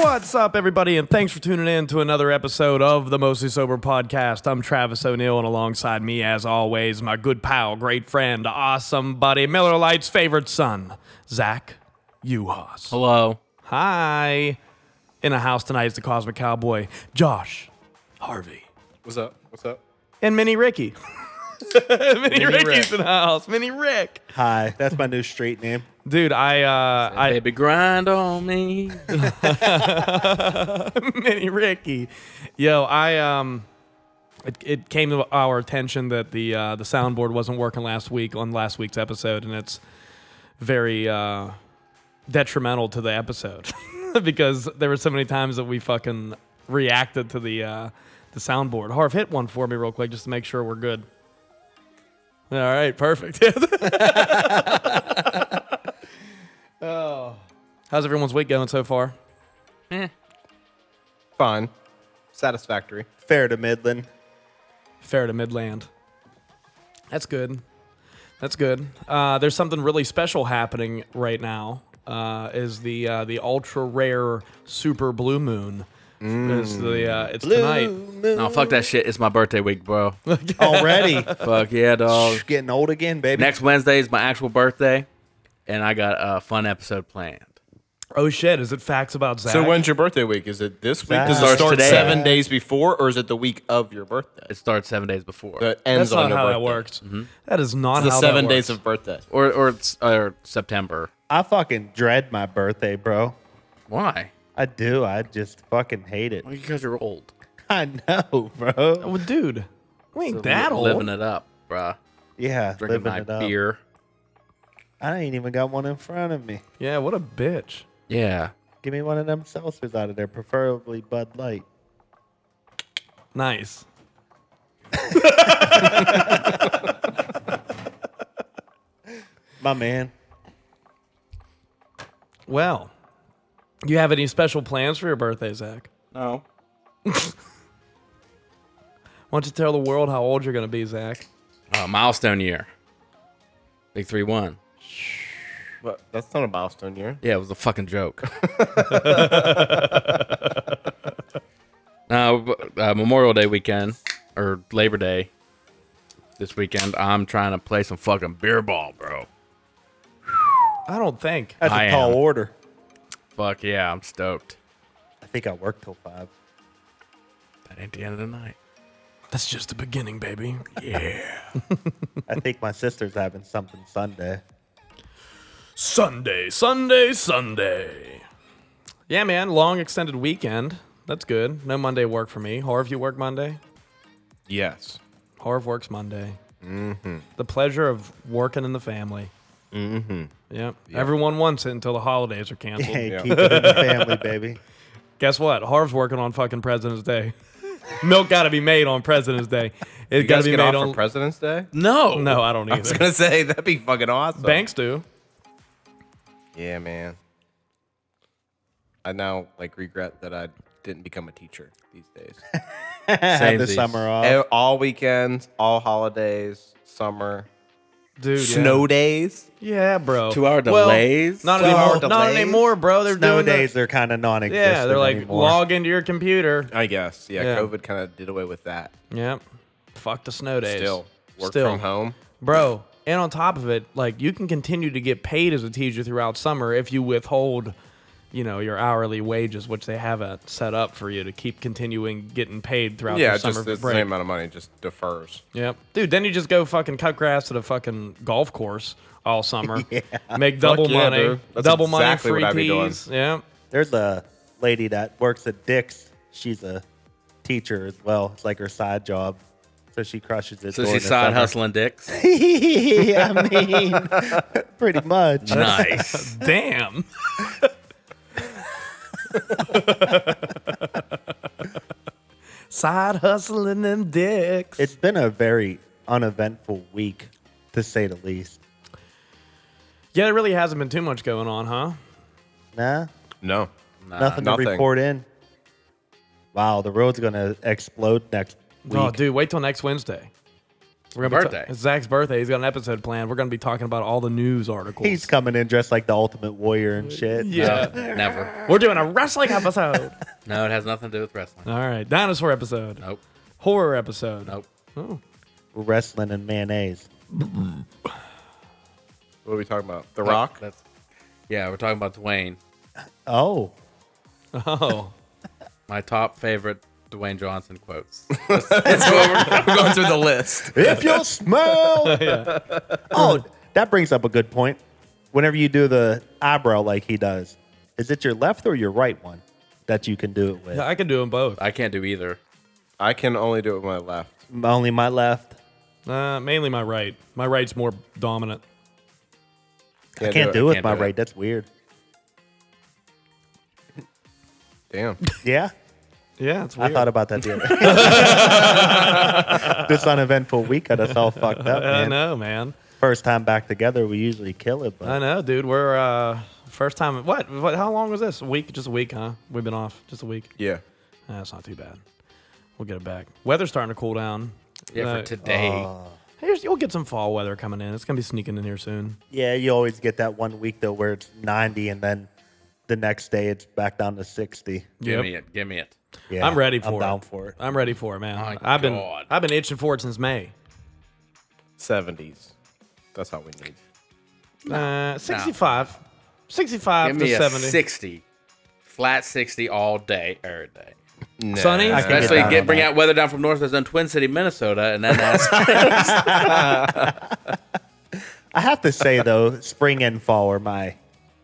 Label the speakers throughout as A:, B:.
A: What's up, everybody, and thanks for tuning in to another episode of the Mostly Sober Podcast. I'm Travis O'Neill, and alongside me, as always, my good pal, great friend, awesome buddy, Miller Lite's favorite son, Zach Uhas.
B: Hello.
A: Hi. In the house tonight is the Cosmic Cowboy, Josh Harvey,
C: What's up? What's up?
A: and Mini Ricky. Mini, Ricky's in the house. Mini Rick.
D: Hi, that's my new street name.
A: Dude, I, uh, I,
B: Baby, grind on me.
A: Mini Ricky. Yo, I um it, it came to our attention that the uh, the soundboard wasn't working last week on last week's episode and it's very uh detrimental to the episode because there were so many times that we fucking reacted to the uh the soundboard. Harv hit one for me real quick just to make sure we're good. All right, perfect. oh. Oh. How's everyone's week going so far?
C: Fine. Satisfactory.
D: Fair to Midland.
A: fair to Midland. That's good. That's good. Uh, there's something really special happening right now. Uh, is the uh, the ultra rare super blue moon? It's the uh, it's tonight.
B: no, fuck that shit. It's my birthday week, bro.
D: Already.
B: fuck yeah, dog.
D: Shh, Getting old again, baby.
B: Next Wednesday is my actual birthday, and I got a fun episode planned.
A: Oh shit! Is it facts about Zach?
C: So when's your birthday week? Is it this week? Does it
B: Starts
C: start
B: today.
C: seven days before, or is it the week of your birthday?
B: It starts seven days before,
C: That
A: That's
C: ends
A: not
C: on your
A: how
C: birthday. Mm-hmm.
A: that works. That is not
C: It's the
A: how
C: seven
A: that works.
C: days of birthday.
B: or or, it's, or September.
D: I fucking dread my birthday, bro.
B: Why?
D: I do. I just fucking hate it.
B: Well, because you're old.
D: I know, bro.
A: Well, dude, we ain't that old.
B: Living it up, bruh.
D: Yeah,
B: Drinking
D: living
B: my
D: it up.
B: beer.
D: I ain't even got one in front of me.
A: Yeah, what a bitch.
B: Yeah.
D: Give me one of them seltzers out of there, preferably Bud Light.
A: Nice.
D: My man.
A: Well, you have any special plans for your birthday, Zach?
C: No.
A: Why don't you tell the world how old you're gonna be, Zach?
B: Uh, milestone year. Big three one.
C: But that's not a milestone year.
B: Yeah, it was a fucking joke. Now, uh, Memorial Day weekend or Labor Day this weekend, I'm trying to play some fucking beer ball, bro.
A: I don't think.
D: That's a
B: I
D: tall
B: am.
D: order.
B: Fuck yeah, I'm stoked.
D: I think I work till five.
B: That ain't the end of the night.
A: That's just the beginning, baby.
D: I think my sister's having something Sunday.
A: Sunday, Sunday, Sunday. Yeah, man, long extended weekend. That's good. No Monday work for me. Harv, you work Monday?
C: Yes.
A: Harv works Monday. Mm-hmm. The pleasure of working in the family. Mm-hmm. Yep. Everyone wants it until the holidays are canceled.
D: Hey, keep it in the family, baby.
A: Guess what? Harv's working on fucking President's Day. Milk got to be made on President's Day. It
C: You
A: got to
C: guys
A: be
C: get
A: made
C: off
A: on.
C: for President's Day?
B: No.
A: no, I don't
C: I was
A: either.
C: gonna say that'd be fucking awesome.
A: Banks do.
C: Yeah, man. I now like regret that I didn't become a teacher these days.
D: Have the
B: Samesies.
D: summer off.
C: E- all weekends, all holidays, summer,
A: Dude, yeah.
C: snow days.
A: Yeah, bro.
B: Two hour
A: Well,
B: delays.
A: Not
C: Two
A: anymore.
C: hour
A: Not
C: delays?
A: anymore, bro. They're
D: Snow
A: doing the-
D: days are kind of non-existent.
A: Yeah, they're like
D: anymore.
A: log into your computer.
C: I guess. Yeah,
A: Yeah.
C: COVID kind of did away with that.
A: Yep. Fuck the snow days.
C: Still, work
A: Still.
C: from home.
A: bro. And on top of it, like you can continue to get paid as a teacher throughout summer if you withhold, you know, your hourly wages, which they have it set up for you to keep continuing getting paid throughout
C: Yeah,
A: the summer
C: just the
A: break.
C: same amount of money just defers.
A: Yep. Dude, then you just go fucking cut grass at a fucking golf course all summer. Make double
C: yeah,
A: money.
C: dude. That's
A: double
C: exactly what
A: money,
C: I'd be
A: free
C: doing.
A: teas. Yeah.
D: There's a lady that works at Dick's. She's a teacher as well. It's like her side job. So she crushes it.
B: so
D: during
B: she's
D: the
B: side
D: summer.
B: hustling dicks.
D: I mean, pretty much.
B: nice.
A: Damn. Side hustling them dicks.
D: It's been a very uneventful week, to say the least.
A: yeah, there really hasn't been too much going on, huh?
D: Nah,
C: No.
D: nothing
C: nothing.
D: to report in. Wow, the road's gonna explode next week.
A: Oh, dude, wait till next Wednesday. We're gonna Be
B: Birthday.
A: ta- it's Zach's birthday. He's got an episode planned. We're gonna be talking about all the news articles.
D: He's coming in dressed like the Ultimate Warrior and shit.
A: yeah.
B: Never.
A: We're doing a wrestling episode.
B: No, it has nothing to do with wrestling.
A: all right, dinosaur episode,
B: Nope.
A: horror episode.
B: Nope.
D: We're wrestling and mayonnaise.
C: What are we talking about? The Rock?
B: That's. Yeah, we're talking about Dwayne.
D: Oh,
A: Oh,
B: My top favorite Dwayne Johnson quotes.
C: We're going through the list.
D: if you smell. Oh, that brings up a good point. Whenever you do the eyebrow like he does, is it your left or your right one that you can do it with?
A: I can do them both.
B: I can't do either.
C: I can only do it with my left.
D: Only my left.
A: Uh, mainly my right. My right's more dominant.
D: I can't do it with
B: Can't
D: my
B: do it.
D: right. That's weird.
C: Damn.
D: Yeah,
A: Yeah, it's weird.
D: I thought about that the other This uneventful week got us all fucked up,
A: I
D: man.
A: know, man.
D: First time back together, we usually kill it, but
A: I know, dude. We're uh, first time. What? What? How long was this? A week? Just a week, huh? We've been off. Just a week.
C: Yeah.
A: Nah, That's not too bad. We'll get it back. Weather's starting to cool down.
B: Yeah,
A: Uh,
B: for today.
A: Here's, you'll get some fall weather coming in. It's gonna be sneaking in here soon.
D: yeah, you always get that one week though where it's 90 and then the next day it's back down to 60.
B: give
A: Yep.
B: me it. Give me it.
D: Yeah,
A: I'm ready for
D: I'm
A: it.
D: down for it.
A: I'm ready for it, man.
B: My
A: I've been
B: God.
A: I've been itching for it since May.
C: 70s. That's all we need.
A: Uh, 65, 65
B: Give
A: to
B: me a
A: 70.
B: 60. Flat 60 all day, every day.
A: Sunny.
D: I can
B: Especially
D: down
B: get,
D: on
B: bring
D: that.
B: out weather down from north. There's in Twin City, Minnesota, and then that's
D: I have to say though, spring and fall are my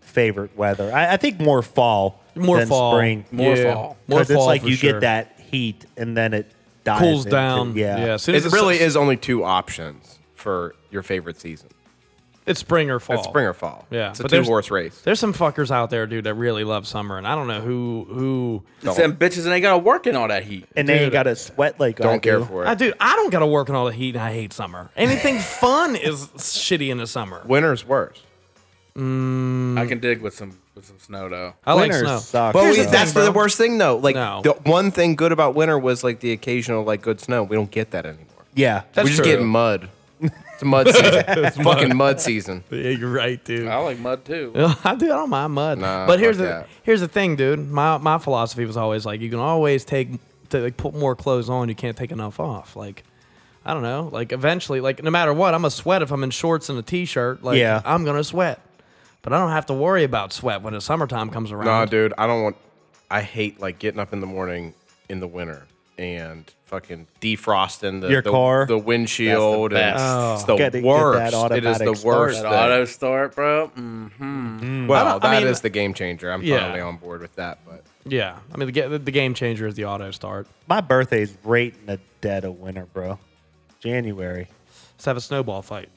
D: favorite weather. I, I think more fall,
A: more
D: than
A: fall.
D: spring.
B: More
A: Yeah.
B: fall.
A: More
D: 'Cause
A: fall.
D: it's like
A: for
D: you
A: sure.
D: get that heat and then it dies
A: cools
D: into-
A: down.
D: yeah,
A: yeah. as soon as
C: It
A: it's-
C: really is only two options for your favorite season.
A: It's spring or fall.
C: It's spring or fall.
A: Yeah,
C: It's a
A: but there's-
C: two horse race.
A: There's some fuckers out there, dude, that really love summer, and I don't know who who.
B: them bitches, and they gotta work in all that heat.
D: and then you
A: Dude.
D: got to sweat like I
C: Don't care
D: do.
C: for
A: I
C: it.
A: dude, I don't gotta work in all the heat, and I hate summer. Anything fun is shitty in the summer.
C: Winter's worse.
A: Mm.
B: I can dig with some with some snow though.
A: I like
D: Winter
A: snow.
D: sucks.
C: But
D: Here's
C: we,
D: the
C: that's
A: thing,
C: the
A: bro.
C: worst thing, though. Like
A: No.
C: the one thing good about winter was like the occasional like good snow. We don't get that anymore.
D: Yeah,
A: That's
C: we just
A: true.
C: get mud. It's mud season. it's fucking mud season.
A: Yeah, you're right, dude.
B: I like mud too.
A: I do. I don't mind mud.
C: Nah,
A: but here's the
C: fuck that.
A: here's the thing, dude. My my philosophy was always like, you can always take to like put more clothes on. You can't take enough off. Like, I don't know. Like eventually, like no matter what, I'm gonna sweat if I'm in shorts and a t-shirt. Like,
D: Yeah.
A: I'm gonna sweat. But I don't have to worry about sweat when the summertime comes around.
C: Nah, dude, I don't want. I hate like getting up in the morning in the winter and fucking defrosting the
D: Your
C: the,
D: car?
C: the windshield. and
B: best.
A: Oh.
C: It's the
D: Gotta get that
C: worst. it is
D: automatic
C: the
D: start.
C: worst.
B: That
C: thing.
B: auto start, bro. Mm.
C: Well,
A: I
C: that is
A: mean-
C: the game changer. I'm
A: Yeah.
C: totally on board with that. But
A: Yeah, I mean the ga- the game changer is the auto start.
D: my birthday's right in the dead of winter, bro. January.
A: Let's have a snowball fight.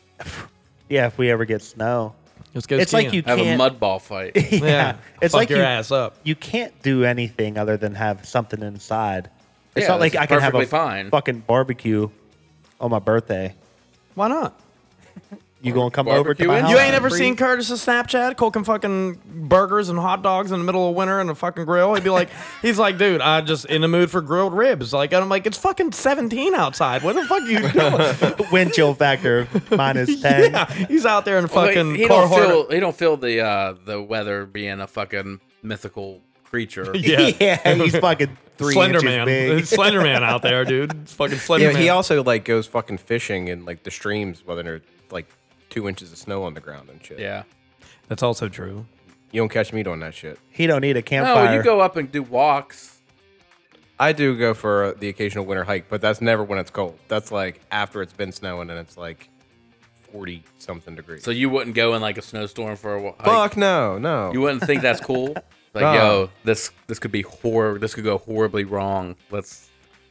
D: Yeah, if we ever get snow,
A: Let's go.
D: it's like you
A: skiing.
B: Have a
D: can't-
B: mud ball fight.
D: yeah,
A: Yeah,
D: it's
A: fuck
D: like
A: your
D: you,
A: ass up.
D: You can't do anything other than have something inside. It's
B: Yeah,
D: not like
B: this is
D: I can have a
B: perfectly fine.
D: fucking barbecue on my birthday.
A: Why not?
D: You gonna come over to
B: Barbecue
D: my
B: in?
D: house?
A: You ain't ever
D: Free-
A: seen Curtis's Snapchat cooking fucking burgers and hot dogs in the middle of winter in a fucking grill. He'd be like, he's like, dude, I just in the mood for grilled ribs. Like, and I'm like, it's fucking 17 outside. What the fuck are you doing?
D: wind chill factor of minus ten.
A: yeah, he's out there in fucking
B: he don't
A: Carhartt.
B: feel he don't feel the uh, the weather being a fucking mythical creature.
A: yeah,
D: Yeah, he's fucking three
A: Slender
D: inches
A: Man,
D: big.
A: It's Slender Man out there, dude. It's fucking Slender
C: yeah,
A: Man.
C: he also like goes fucking fishing in like the streams, whether there's like two inches of snow on the ground and shit.
B: yeah.
A: That's also true.
C: you don't catch me doing that shit.
D: He don't need a
B: No,
D: campfire.
B: you go up and do walks.
C: I do go for uh, the occasional winter hike, but that's never when it's cold. That's like after it's been snowing and it's like forty something degrees.
B: So you wouldn't go in like a snowstorm for a walk.
C: Fuck no, no.
B: You wouldn't think that's cool. Like,
C: No.
B: yo, this this could be horror. This could go horribly wrong. Let's.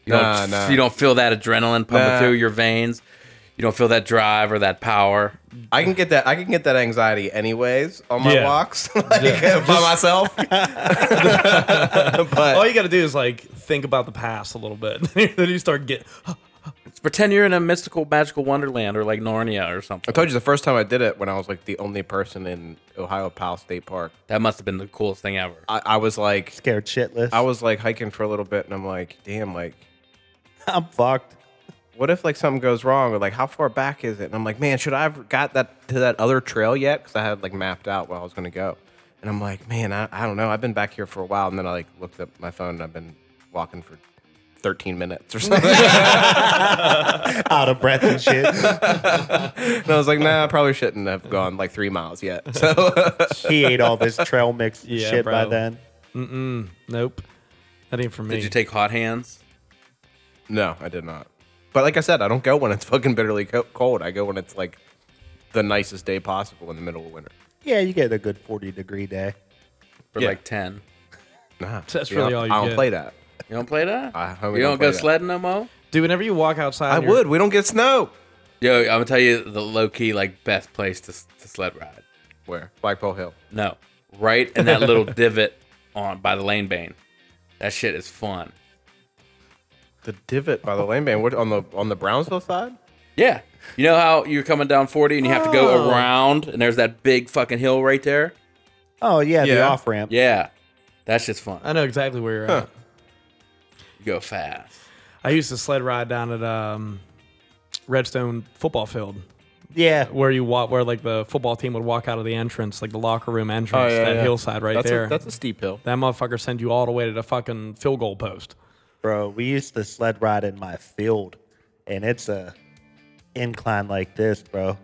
B: You
C: Nah,
B: don't,
C: nah.
B: You don't feel that adrenaline pumping
C: Nah.
B: through your veins. You don't feel that drive or that power.
C: I can get that. I can get that anxiety anyways on my
A: Yeah.
C: walks, like by myself.
A: All
C: but
A: you got to do is like think about the past a little bit. then you start getting.
B: It's pretend you're in a mystical, magical wonderland or like Narnia or something.
C: I told you the first time I did it when I was like the only person in Ohio Powell State Park.
B: that must have been the coolest thing ever.
C: I, I was like,
D: Scared shitless.
C: I was like hiking for a little bit, and I'm like, damn, like,
D: I'm fucked.
C: what if like something goes wrong, or like how far back is it? And I'm like, man, should I have got that to that other trail yet? Because I had like mapped out where I was gonna go, and I'm like, man, I, I don't know. I've been back here for a while, and then I like looked at my phone, and I've been walking for 13 minutes or something.
D: Out of breath and shit.
C: And I was like, nah, I probably shouldn't have gone like three miles yet. So
D: he ate all this trail mix and
A: Yeah,
D: shit by
A: bro.
D: then.
A: Nope, that ain't for me.
B: Did you take hot hands?
C: no, I did not. But like I said, I don't go when it's fucking bitterly co- cold. I go when it's like the nicest day possible in the middle of winter.
D: Yeah, you get a good 40 degree day.
B: For
C: Yeah.
B: like 10.
C: Nah,
A: That's
C: see,
A: really
C: I,
A: all you
C: I don't
A: get.
C: play that.
B: You don't play that?
C: I hope we
B: you don't,
C: don't play
B: go
C: that.
B: sledding no more?
A: Dude, whenever you walk outside,
C: I
A: you're-
C: would. We don't get snow.
B: Yo, I'm gonna tell you the low key like best place to, to sled ride.
C: Where Blackpool Hill.
B: No, right in that little divot on by the lane bane. That shit is fun.
C: The divot by the lane band. What on the on the Brownsville side?
B: Yeah, you know how you're coming down 40 and you have to go around, and there's that big fucking hill right there.
D: Oh, yeah, the
C: Yeah.
D: off ramp.
B: Yeah, that's just fun.
A: I know exactly where you're at.
B: You go fast.
A: I used to sled ride down at um, Redstone football field
D: Yeah.
A: where you walk, where like the football team would walk out of the entrance, like the locker room entrance, that hillside right
C: that's
A: there.
C: A, that's a steep hill.
A: that motherfucker send you all the way to the fucking field goal post.
D: Bro, we used to sled ride in my field, and it's a incline like this, bro.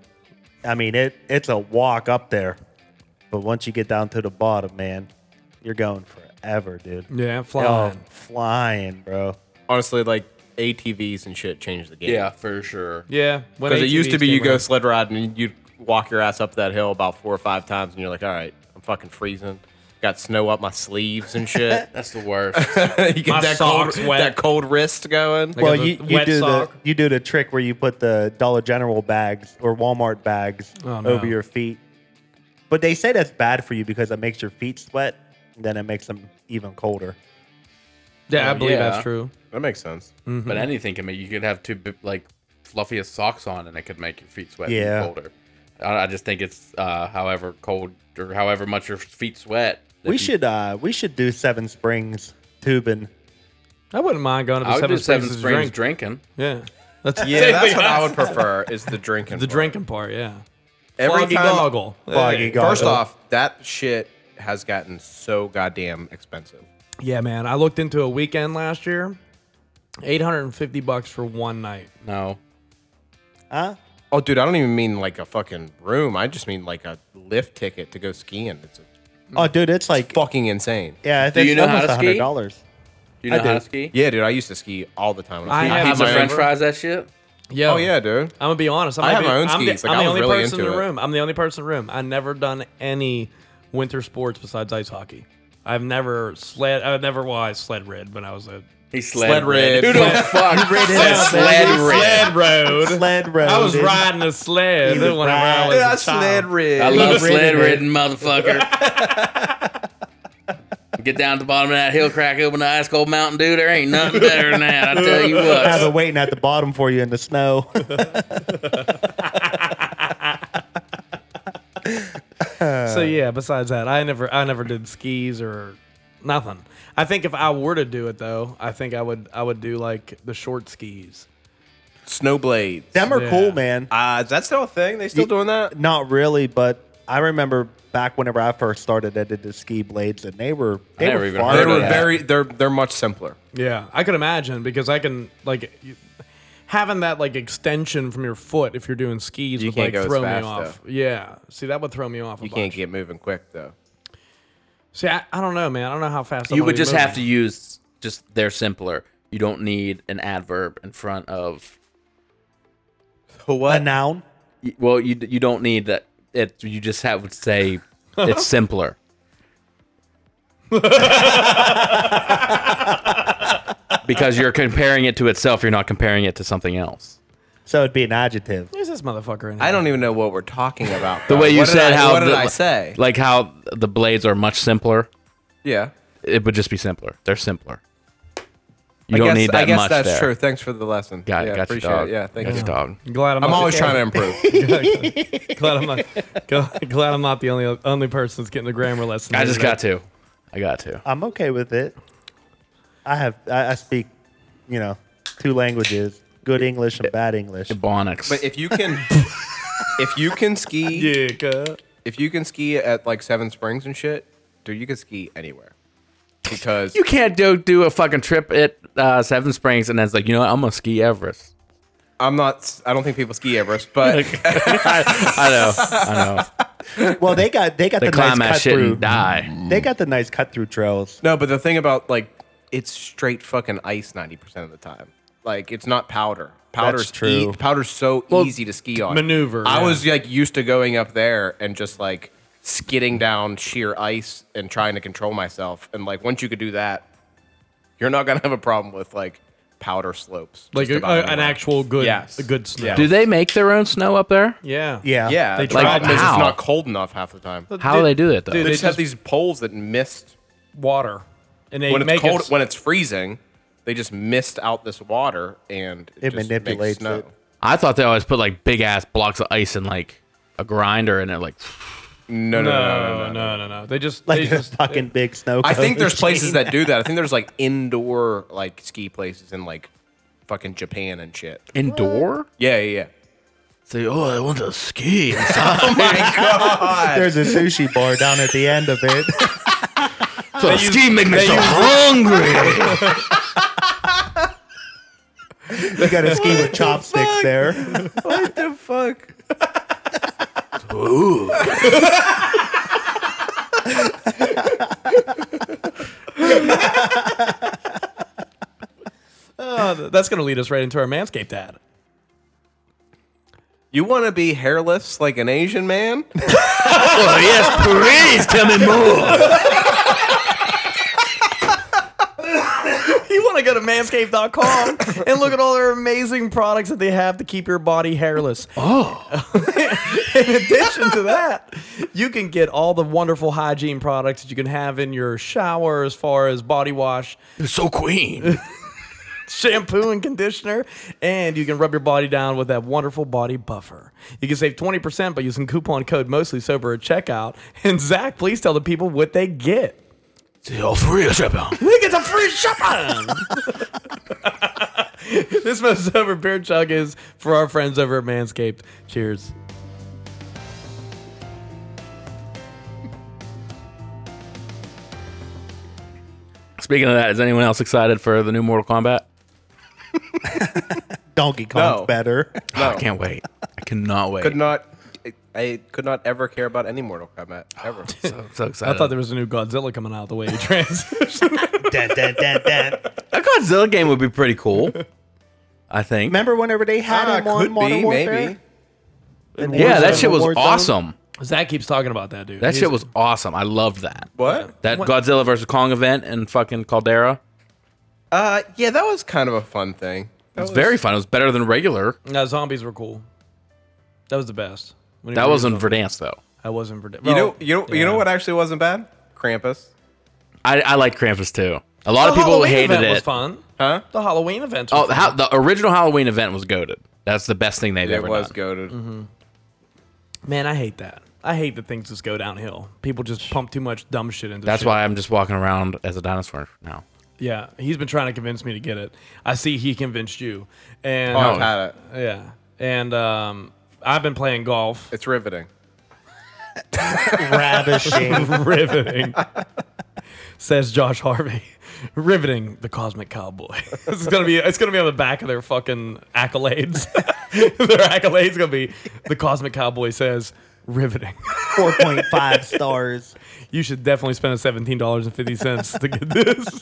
D: I mean, it it's a walk up there, but once you get down to the bottom, man, you're going forever, dude.
A: Yeah,
D: Oh,
A: flying.
D: flying, bro.
C: Honestly, like ATVs and shit changed the game.
B: Yeah, for sure.
A: Yeah, when
C: Because it used to
A: ATVs
C: be
A: came
C: you go
A: around.
C: sled ride and you'd walk your ass up that hill about four or five times and you're like, all right, I'm fucking freezing. Got snow up my sleeves and shit.
B: That's the worst.
C: you get
A: My
C: that cold,
A: socks wet.
C: that cold wrist going.
D: Well,
A: got the
D: you, you
A: wet
D: do
A: sock.
D: the you do the trick where you put the Dollar General bags or Walmart bags
A: Oh, no.
D: over your feet, but they say that's bad for you because it makes your feet sweat, and then it makes them even colder.
A: Yeah, I
B: Oh,
A: believe
B: yeah.
A: that's true.
C: that makes sense.
A: Mm-hmm.
B: But anything can make you could have two bi- like fluffiest socks on, and it could make your feet sweat.
D: Yeah.
B: Yeah. Colder. I, I just think it's uh, however cold or however much your feet sweat. if
D: we
B: you-
D: should uh we should do Seven Springs tubing.
B: Mm.
A: I wouldn't mind going to
B: I
A: the
B: would
A: Seven
B: do seven
A: Springs to
B: springs
A: drink.
B: drinking.
A: Yeah, that's
C: Yeah, that's what I would prefer is the drinking.
A: the
C: part.
A: drinking part. Yeah,
C: Every
A: Foggy
C: time-
A: goggle.
D: Foggy goggle.
C: First off, that shit has gotten so goddamn expensive.
A: Yeah, man. I looked into a weekend last year. 850 bucks for one night.
B: No.
D: huh?
C: Oh, dude, I don't even mean like a fucking room. I just mean like a lift ticket to go skiing. It's
D: Oh, dude, it's like
C: fucking insane.
D: yeah, it's
B: Do you know how
D: almost
B: to
D: a
B: ski?
D: hundred dollars.
B: Do you know
D: I
B: how
D: do.
B: to ski?
C: Yeah, dude, I used to ski all the time. when
A: I
C: was
A: have
C: young.
B: Pizza,
A: my own-
B: French fries, that shit.
A: Yo,
C: Oh yeah, dude.
A: I'm gonna be honest. I'm
C: I
A: not
C: have my
A: even-
C: own
A: I'm the-
C: skis. Like,
A: I'm
C: I
A: the
C: was
A: only
C: really
A: person in
C: into
A: the
C: it.
A: room. I'm the only person in the room. I've never done any winter sports besides ice hockey. I've never sled. I've never well, I sled rid when I was a
B: He sled,
C: Sled red.
B: red. Who the fuck said
D: out,
B: sled red?
A: road.
D: Sled road.
A: I was
D: dude.
A: riding a sled
D: You was
A: whenever I
D: riding.
A: was a
D: Yeah,
A: child.
C: rig.
B: I love
D: ridden
B: sled
D: it.
B: ridden, motherfucker. Get down to the bottom of that hill crack, open the ice cold Mountain Dew. There ain't nothing better than that. I tell you
D: Now they're
B: what.
D: waiting at the bottom for you in the snow.
A: So yeah, besides that, I never I never did skis or nothing. I think if I were to do it though, I think I would I would do like the short skis.
C: Snowblades.
D: Them are
A: Yeah.
D: cool, man.
C: Uh, is that still a thing? They still doing that?
D: Not really, but I remember back whenever I first started, I did the ski blades, and they were they
B: never
D: were
B: even
D: far
B: heard
C: They
B: of
C: were
B: that.
C: very. They're they're much simpler.
A: Yeah, I could imagine because I can like you- having that like extension from your foot if you're doing skis
C: You
A: would
C: can't
A: like
C: go as
A: throw me
C: fast,
A: off. Yeah, see that would throw me off. A
C: You
A: bunch.
C: can't get moving quick though.
A: See, I, I don't know, man. I don't know how fast
B: You would just have to use just they're simpler. You don't need an adverb in front of.
D: a noun.
B: Well, you you don't need that. It you just have would say it's simpler. because you're comparing it to itself, you're not comparing it to something else.
D: So it'd be an adjective.
A: Who's this motherfucker in here?
C: I don't even know what we're talking about.
B: The
C: bro.
B: way you
C: What did
B: said
C: I-
B: how
C: What did
B: the-
C: I say?
B: Like how the blades are much simpler.
C: yeah.
B: It would just be simpler. They're simpler. You
C: I
B: don't
C: guess,
B: need that
C: I guess
B: much
C: that's
B: there.
C: true. Thanks for the lesson.
B: Got,
C: yeah,
B: got your
C: appreciate
B: dog.
C: it. Yeah, thank
B: got
C: you.
B: your dog.
A: Glad I'm,
C: I'm
A: not
C: always
A: the,
C: trying to improve.
A: glad I'm not glad I'm not the only only person that's getting the grammar lesson.
B: I just
A: today.
B: got to. I got to.
D: I'm okay with it. I have I, I speak, you know, two languages: good English and bad English.
B: Ebonics.
C: But if you can, if you can ski,
A: yeah. cut.
C: if you can ski at like Seven Springs and shit, dude, you can ski anywhere. Because
B: you can't do do a fucking trip at uh, Seven Springs and then it's like, you know what, I'm gonna ski Everest.
C: I'm not. I don't think people ski Everest, but
B: I, I know. I know.
D: Well, they got they got
B: They
D: the nice
B: climb that
D: cut
B: shit
D: through.
B: and die.
D: They got the nice cut through trails.
C: no. But the thing about like, it's straight fucking ice ninety percent of the time. Like it's not powder. Powder's
D: That's true.
C: ea- powder's so easy to ski on.
A: maneuver,
C: I
A: yeah.
C: was like used to going up there and just like skidding down sheer ice and trying to control myself. And like once you could do that, you're not gonna have a problem with like powder slopes.
A: Like
C: just
A: a,
C: about
A: a- an
C: anywhere.
A: actual good
C: Yes.
A: a good snow.
C: Yeah.
B: Do they make their own snow up there?
A: Yeah.
D: Yeah,
C: Yeah,
A: They
C: the
A: tried
C: problem
B: to-
C: is
B: How?
C: it's not cold enough half the time.
B: How do they do that though?
C: They,
A: Dude, they
C: just have
A: just-
C: these poles that mist
A: Water. And they
C: when it's
A: make
C: cold
A: it,
C: when it's freezing. They just mist out this water and
D: It
C: just makes
D: manipulates
C: snow.
D: it.
B: I thought they always put like big ass blocks of ice in like a grinder and they're like
C: No, no, no, no, no, no.
A: no, no, no. They just
D: like
A: they
D: a
A: just
D: fucking big snow.
C: I think there's
D: cone.
C: places that do that. I think there's like indoor like ski places in like fucking Japan and shit.
B: indoor?
C: Yeah, yeah, yeah.
B: Say, oh, I want to ski. It's
D: There's a sushi bar down at the end of it.
B: so ski make me so hungry.
D: you got to ski with chopsticks there.
A: oh, that's gonna lead us right into our manscaped ad.
C: You want to be hairless like an Asian man?
B: oh yes, please tell me more.
A: You want to go to manscaped.com and look at all their amazing products that they have to keep your body hairless. Oh. in addition to that, you can get all the wonderful hygiene products that you can have in your shower as far as body wash,
B: so queen.
A: shampoo and conditioner, and you can rub your body down with that wonderful body buffer. You can save 20% by using coupon code mostly sober at checkout. And Zach, please tell the people what they get.
B: Say, all free a trip out.
A: They get some free shopping. this most sober beer chug is for our friends over at Manscaped. Cheers.
B: Speaking of that, is anyone else excited for the new Mortal Kombat?
D: Donkey Kong's
C: No.
D: better.
B: I can't wait. I cannot wait.
C: Could not. I, I could not ever care about any Mortal Kombat ever.
B: I'm so excited.
A: I thought there was a new Godzilla coming out the way he trans.
D: Dun, dun, dun, dun.
B: a Godzilla game would be pretty cool. I think.
D: Remember whenever they had
C: Ah,
D: him on
C: could
D: Modern
C: be,
D: Warfare?
C: maybe.
D: And they
B: yeah,
D: used him
B: that
D: in
B: shit was
D: Warzone?
B: awesome.
A: Zach keeps talking about that dude.
B: That
A: He's-
B: shit was awesome. I loved that.
C: What?
B: That Godzilla versus Kong event and fucking Caldera.
C: Uh, yeah, that was kind of a fun thing.
B: It was very fun. It was better than regular.
A: No, zombies were cool. That was the best. When he
B: That
A: was
B: wasn't
A: zombie.
B: Verdance though.
A: That wasn't for.
C: You know, you know, you know what actually wasn't bad? Krampus.
B: I, I like Krampus too. A lot of people hated
A: event
B: it.
A: Was fun.
C: Huh?
A: The Halloween event.
B: Oh, how, the original Halloween event was goaded. That's the best thing they've
C: It
B: ever
C: was
B: done.
C: goaded.
A: man, I hate that. I hate that things just go downhill. People just pump too much dumb shit into.
B: That's
A: shit.
B: why I'm just walking around as a dinosaur now.
A: Yeah, he's been trying to convince me to get it. I see he convinced you, and
C: Oh, I've had it.
A: yeah, and um, I've been playing golf.
C: It's riveting.
D: Ravishing.
A: Riveting, says Josh Harvey. Riveting the Cosmic Cowboy. it's gonna be it's gonna be on the back of their fucking accolades. their accolades gonna be the Cosmic Cowboy says riveting.
D: 4.5 stars.
A: You should definitely spend seventeen dollars and fifty cents to get this.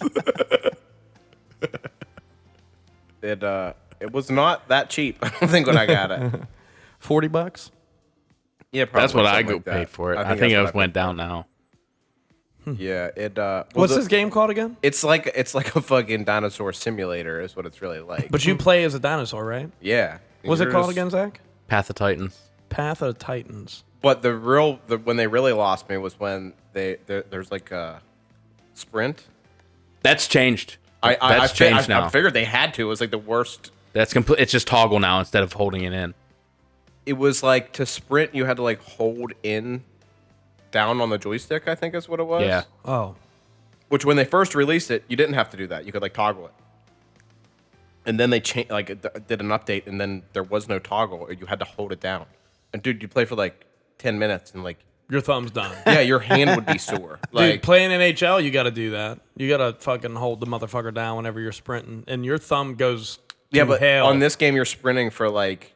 C: It uh, it was not that cheap. I don't think when I got it.
A: Forty bucks.
C: Yeah, probably
B: That's what I
C: something
B: go
C: like that.
B: paid for it. I think, it
C: that's
B: was
C: what
B: went down now.
C: I- Yeah, it. Uh, well,
A: What's
C: the-
A: this game called again?
C: It's like it's like a fucking dinosaur simulator is what it's really like.
A: But you play as a dinosaur, right?
C: yeah,
A: What's it
C: You're
A: called
C: just-
A: again, Zach?
E: Path of Titans.
A: Path of Titans.
C: But the real the, when they really lost me was when they there, there's like a sprint.
E: That's changed.
C: I I,
E: That's
C: I, fi-
E: changed
C: I,
E: now.
C: I figured they had to. It was like the worst.
E: That's complete. It's just toggle now instead of holding it in.
C: It was like to sprint you had to like hold in down on the joystick. I think is what it was.
E: Yeah.
A: Oh,
C: Which when they first released it, you didn't have to do that. You could like toggle it. And then they changed like th- did an update, and then there was no toggle. You had to hold it down. And dude, you play for like ten minutes, and like
A: your thumb's done.
C: yeah, your hand would be sore. Like
A: Dude, playing NHL, you got to do that. You got to fucking hold the motherfucker down whenever you're sprinting, and your thumb goes to
C: yeah, but
A: hell
C: on this game you're sprinting for like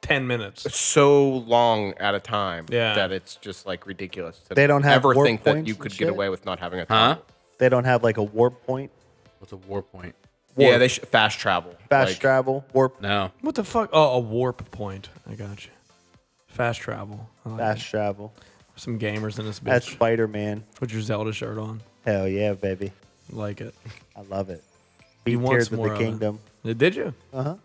A: ten minutes.
C: so long at a time
A: Yeah.
C: that it's just like ridiculous. To
D: They don't have
C: ever
D: warp
C: think that
D: points
C: you
D: and
C: could
D: shit?
C: get away with not having a
E: Huh?
C: toggle.
D: They don't have like a warp point,
E: What's a war point?
C: Yeah, they sh- fast travel.
D: fast
C: Like,
D: travel, warp,
E: No.
A: What the fuck? Oh, a warp point. I got you. Fast travel. I like
D: fast travel.
A: it. Some gamers in this bitch.
D: That's Spider Man.
A: Put your Zelda shirt on.
D: Hell yeah, baby.
A: Like it.
D: I love it.
A: He
D: Be
A: wants
D: Tears of
A: more
D: the
A: of it.
D: Kingdom.
A: Uh, Did you?
D: About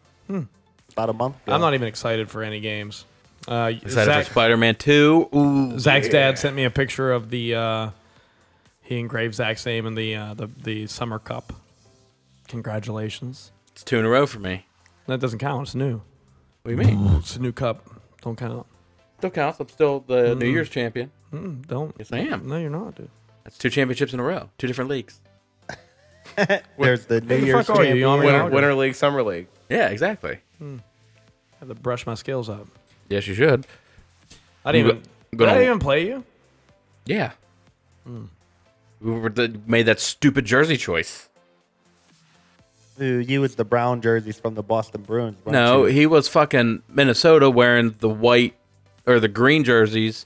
D: a month ago.
A: I'm not even excited for any games. Uh,
E: Excited
A: Zach-
E: for Spider-Man 2. Ooh.
A: Zach's dad sent me a picture of the. Uh, he engraved Zach's name in the uh, the the summer cup. Congratulations.
E: It's two in a row for me.
A: That doesn't count. It's new.
E: What do you mean?
A: It's a new cup. Don't count.
E: Still counts. I'm still the New Year's champion.
A: Mm, don't.
E: Yes, I am.
A: No, you're not, dude.
E: That's two championships in a row. Two different leagues.
D: There's the New
A: the
D: Year's
A: fuck are you? You want me
D: champion.
C: Winter, Winter League, Summer League.
E: Yeah, exactly.
A: I have to brush my skills up.
E: Yes, you should.
A: I didn't
E: You
A: even.
E: go-
A: did I
E: gonna-
A: even play you?
E: Yeah. Hmm. We were the, made that stupid jersey choice.
D: Ooh, you was the brown jerseys from the Boston Bruins. weren't
E: No,
D: you?
E: he was fucking Minnesota wearing the white or the green jerseys,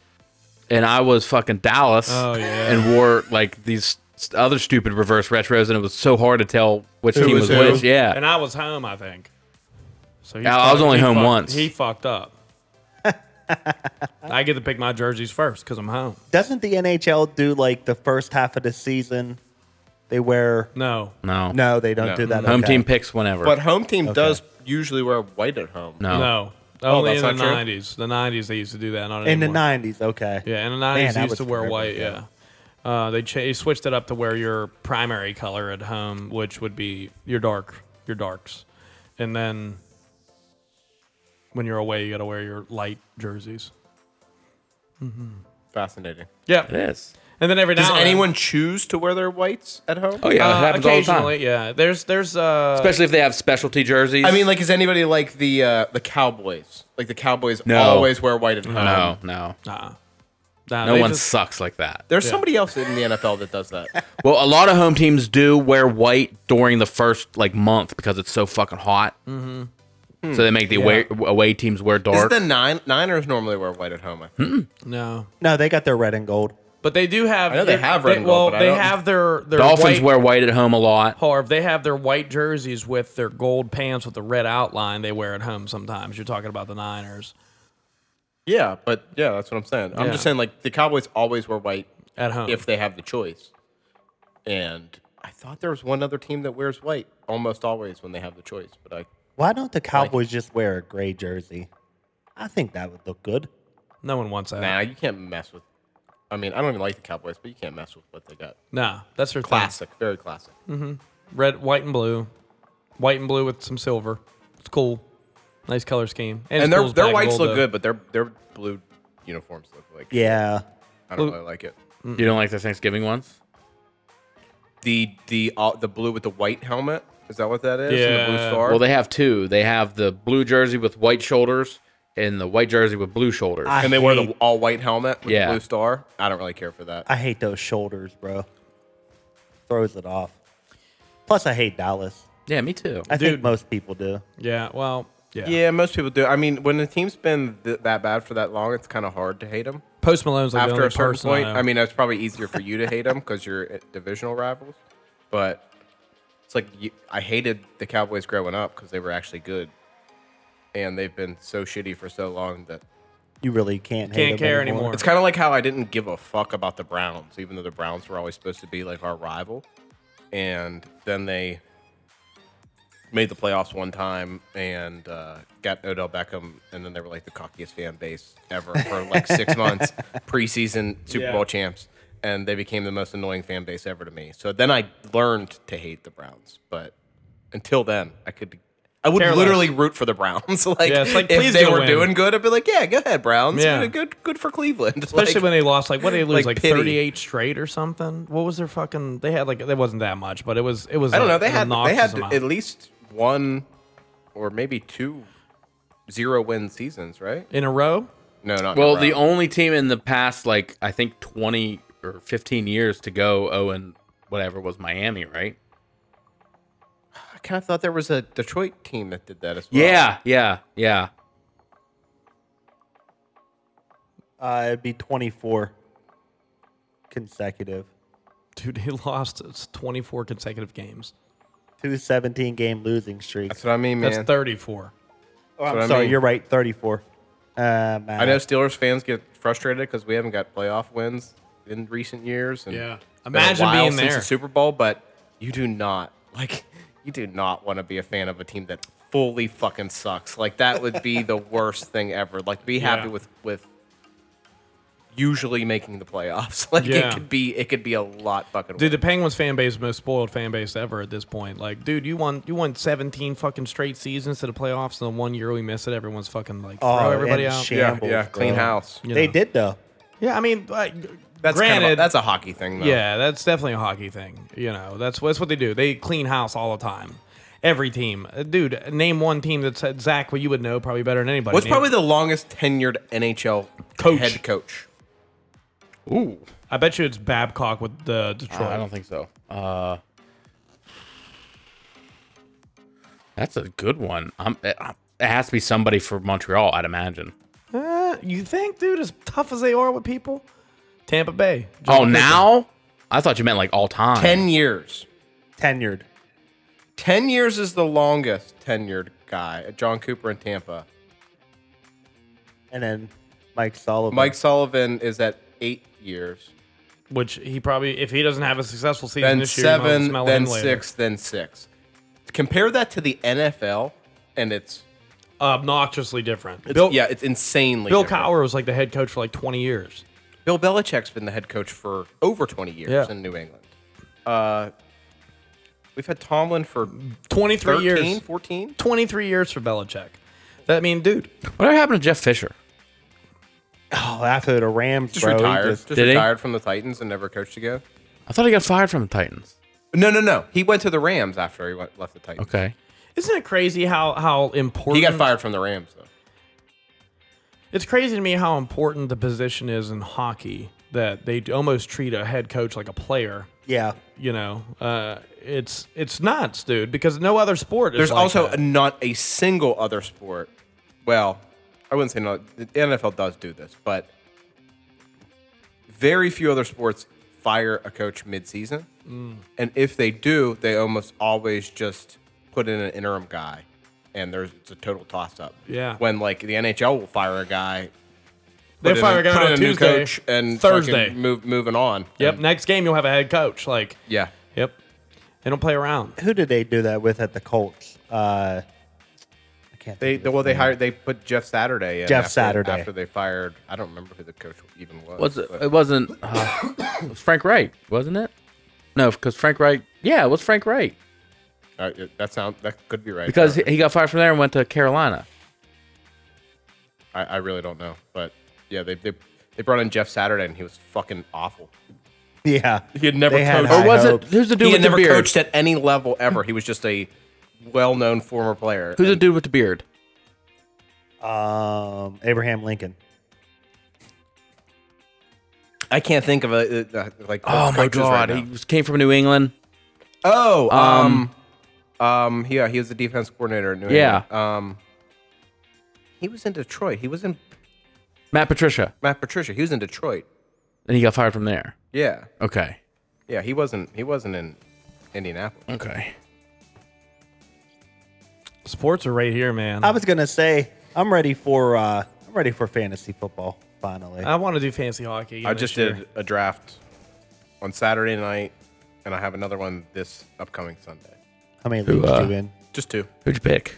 E: and I was fucking Dallas
A: Oh, yeah.
E: and wore like these s- other stupid reverse retros, and it was so hard to tell which team
C: was
E: was,
C: who?
E: which. Yeah,
A: And I was home, I think. So he
E: Yeah, I was
A: fucked-
E: only
A: he
E: home
A: fucked-
E: once.
A: He fucked up. I get to pick my jerseys first because I'm home.
D: Doesn't the NHL do like the first half of the season? They wear.
A: No,
E: no,
D: No, they don't
C: No.
D: do that.
E: home
D: Okay.
E: team picks whenever.
C: But home team does usually wear white at home.
E: no,
A: no. Only
C: Oh. that's
A: in the
C: not true?
A: '90s. The '90s they used to do that. Not
D: In the
A: anymore.
D: 90s, okay.
A: Yeah, in the
D: Man,
A: '90s
D: that
A: they used
D: was
A: to wear
D: forever
A: white. Yeah.
D: ago.
A: Uh, they, cha- they switched it up to where your primary color at home, which would be your dark, your darks, and then when you're away, you got to wear your light jerseys.
C: Fascinating.
A: Yeah,
E: it is.
A: and then every
C: Does
A: now and then-
C: anyone choose to wear their whites at home?
E: Oh yeah,
A: Uh,
E: it happens all the
A: occasionally,
E: time.
A: yeah. There's there's uh
E: Especially if they have specialty jerseys.
C: I mean, like, is anybody like the uh, the Cowboys? Like the Cowboys
E: No.
C: always wear white at home.
E: no, no,
A: nah,
E: no
A: they
E: one
A: just-
E: sucks like that.
C: There's somebody else in the NFL that does that.
E: Well, a lot of home teams do wear white during the first like month because it's so fucking hot. Mm-hmm. So they make the away, away teams wear
C: Is
E: dark.
C: the nine Niners normally wear white at home? I think.
A: no.
D: No, they got their red and gold.
A: But they do have.
C: I know they have red and
A: Well,
C: gold, but I
A: they
C: don't-
A: have their their
E: Dolphins
A: white,
E: wear white at home a lot.
A: Harv, they have their white jerseys with their gold pants with the red outline they wear at home sometimes. You're talking about the Niners
C: Yeah, but yeah, that's what I'm saying. I'm
A: Yeah.
C: just saying like the Cowboys always wear white
A: at home.
C: if they have the choice. And I thought there was one other team that wears white almost always when they have the choice, but I
D: Why don't the Cowboys just wear a gray jersey? I think that would look good.
A: no one wants that.
C: nah, you can't mess with. I mean, I don't even like the Cowboys, but you can't mess with what they got.
A: Nah, that's their thing.
C: Classic, very classic.
A: Red, white, and blue. White and blue with some silver. It's cool. Nice color scheme. And,
C: And
A: it's
C: their
A: cool as
C: their
A: black
C: whites
A: gold,
C: look
A: though.
C: good, but their their blue uniforms look like
D: Yeah.
C: I don't really like it.
E: You don't like the Thanksgiving ones?
C: The the uh, the blue with the white helmet is that what that is? And the blue
A: Yeah.
C: star.
E: Well, they have two. They have the blue jersey with white shoulders and the white jersey with blue shoulders.
D: I
C: and they wear the
D: hate-
C: all white helmet with
E: Yeah.
C: the blue star. I don't really care for that.
D: I hate those shoulders, bro. Throws it off. Plus, I hate Dallas.
E: yeah, me too.
D: I think most people do.
A: Yeah. Well. Yeah.
C: Yeah, most people do. I mean, when the team's been th- that bad for that long, it's kind of hard to hate them.
A: Post Malone's like the
C: After
A: only
C: a certain
A: person
C: point,
A: I,
C: I,
A: know.
C: mean, it's probably easier for you to hate them because you're uh, divisional rivals. But it's like you, I hated the Cowboys growing up because they were actually good, and they've been so shitty for so long that
D: You really can't. hate
A: Can't
D: them
A: care anymore.
C: it's kind of like how I didn't give a fuck about the Browns, even though the Browns were always supposed to be like our rival, and then they made the playoffs one time and uh, got Odell Beckham, and then they were like the cockiest fan base ever for like six months, preseason Super
A: Yeah.
C: Bowl champs, and they became the most annoying fan base ever to me. So then I learned to hate the Browns, but until then, I could. I would
A: Careless.
C: literally root for the Browns. like,
A: Yeah, it's like,
C: if
A: please
C: they
A: go
C: were
A: win.
C: doing good, I'd be like, yeah, go ahead, Browns.
A: Yeah.
C: Good, good, good for Cleveland.
A: Especially
C: Like,
A: when they lost, like what did they lose,
C: like
A: like,
C: pity.
A: thirty-eight straight or something. What was their fucking? They had like it wasn't that much, but it was it was.
C: I don't
A: a-
C: know. They
A: an
C: had they
A: obnoxious
C: had
A: amount.
C: at least one or maybe two zero win seasons, right?
A: in a row.
C: No, not in a
B: Well,
C: row.
B: the only team in the past, like I think twenty or fifteen years to go, oh and whatever was Miami, right?
C: I kind of thought there was a Detroit team that did that as well.
B: Yeah, yeah, yeah.
D: Uh, it'd be 24 consecutive.
A: Dude, he lost it's twenty-four consecutive games.
D: Two 17 game losing streak.
C: that's what I mean, man.
A: That's thirty-four.
D: Oh, I'm
C: what I
D: sorry,
C: mean.
D: you're right. 34. Uh, man.
C: I know Steelers fans get frustrated because we haven't got playoff wins in recent years. And
A: Yeah.
C: it's been a
A: Imagine
C: while
A: being
C: since
A: there.
C: the Super Bowl, but you do not like you do not want to be a fan of a team that fully fucking sucks. Like that would be the worst thing ever. Like be happy
A: Yeah.
C: with with usually making the playoffs. Like
A: Yeah.
C: it could be it could be a lot fucking.
A: Dude,
C: worse.
A: the Penguins fan base is the most spoiled fan base ever at this point. Like, dude, you won you won seventeen fucking straight seasons to the playoffs, and the one year we miss it, everyone's fucking like throw
D: Oh,
A: everybody
D: and
A: out.
D: shit.
C: yeah,
D: Campbell's,
C: yeah, clean
D: bro.
C: house.
A: you
D: they
A: know.
D: did, though.
A: Yeah, I mean, like,
C: That's kind of
A: granted,
C: a- that's a oh. hockey thing. though.
A: yeah, that's definitely a hockey thing. You know, that's that's what they do. They clean house all the time. Every team, Uh, dude. Name one team that said Zach. Well, you would know probably better than anybody.
C: What's
A: Name-
C: probably the longest tenured NHL
A: Coach.
C: head coach?
A: I bet you it's Babcock with the Detroit.
B: I don't think so. Uh, that's a good one. i it, it has to be somebody for Montreal, I'd imagine.
A: Uh, you think, dude? As tough as they are with people, Tampa Bay.
B: oh, now? I thought you meant like all time.
C: Ten years.
D: Tenured.
C: 10 years is the longest tenured guy. John Cooper in Tampa.
D: And then Mike Sullivan.
C: Mike Sullivan is at eight years.
A: which he probably, if he doesn't have a successful season
C: Then
A: this year, you might
C: seven,
A: smell
C: then
A: him later.
C: six, then six. Compare that to the NFL, and it's,
A: obnoxiously different.
C: it's-
A: Bill,
C: yeah, it's insanely.
A: Bill
C: different.
A: Cowher was like the head coach for like twenty years.
C: Bill Belichick's been the head coach for over 20 years
A: Yeah.
C: in New England. Uh, we've had Tomlin for
A: Twenty three
C: 13,
A: years.
C: 14.
A: 23 years for Belichick. That I mean, dude,
B: Whatever happened to Jeff Fisher?
D: Oh, after the Rams,
C: Just
D: bro, he
C: retired.
D: just-
C: Just,
B: Did he?
C: retired from the Titans and never coached again.
B: I thought he got fired from the Titans.
C: No, no, no. He went to the Rams after he went, left the Titans.
B: Okay.
A: isn't it crazy how how important
C: He got fired from the Rams though.
A: It's crazy to me how important the position is in hockey that they almost treat a head coach like a player.
D: yeah.
A: You know, uh, it's it's nuts, dude. Because no other sport. Is
C: There's
A: like
C: also
A: that.
C: not a single other sport. Well, I wouldn't say no. The NFL does do this, but very few other sports fire a coach mid-season,
A: Mm.
C: and if they do, they almost always just put in an interim guy, and there's it's a total toss-up.
A: Yeah.
C: When like the NHL will fire a guy,
A: they
C: put in
A: fire a guy
C: put
A: on
C: in a
A: Tuesday,
C: new coach, and
A: Thursday.
C: fucking move moving on.
A: Yep,
C: And-
A: next game you'll have a head coach. Like,
C: yeah.
A: yep, they don't play around.
D: Who did they do that with at the Colts? Uh, I can't.
C: They
D: think of
C: well
D: his
C: they
D: name.
C: hired they put Jeff Saturday in
D: Jeff
C: after,
D: Saturday.
C: after they fired I don't remember who the coach even was.
B: Was it,
C: but-
B: it wasn't uh, it was Frank Wright, wasn't it? No, because Frank Wright. Yeah, it was Frank Wright
C: Uh, it- that sound that could be right
B: because he
C: however.
B: he got fired from there and went to Carolina.
C: I, I really don't know, but yeah, they, they they brought in Jeff Saturday and he was fucking awful.
D: Yeah.
C: He had never
D: They had
C: coached.
D: high
B: Or was it
D: hopes.
B: who's the dude
C: He
B: with
C: had
B: the
C: never
B: beard?
C: coached at any level ever. He was just a well-known former player.
B: Who's the
C: And
B: dude with the beard?
D: Um, Abraham Lincoln.
C: I can't think of a uh, uh, like.
B: Oh my
C: coaches right
B: god,
C: now.
B: he was- came from New England.
C: oh um um yeah, he was the defense coordinator. In New
B: Uh, Yeah.
C: England. Um, he was in Detroit. He was in
B: Matt Patricia,
C: Matt Patricia. He was in Detroit.
B: and he got fired from there.
C: Yeah,
B: Okay.
C: yeah. He wasn't. He wasn't in Indianapolis.
B: Okay.
A: Sports are right here, man.
D: I
A: I,
D: was gonna say I'm ready for uh, I'm ready for fantasy football finally.
A: want to do fancy hockey.
C: I
A: this
C: just
A: year.
C: did a draft on Saturday night, and I have another one this upcoming Sunday.
D: How many leagues
B: uh,
D: you in?
C: Just two.
B: Who'd you pick?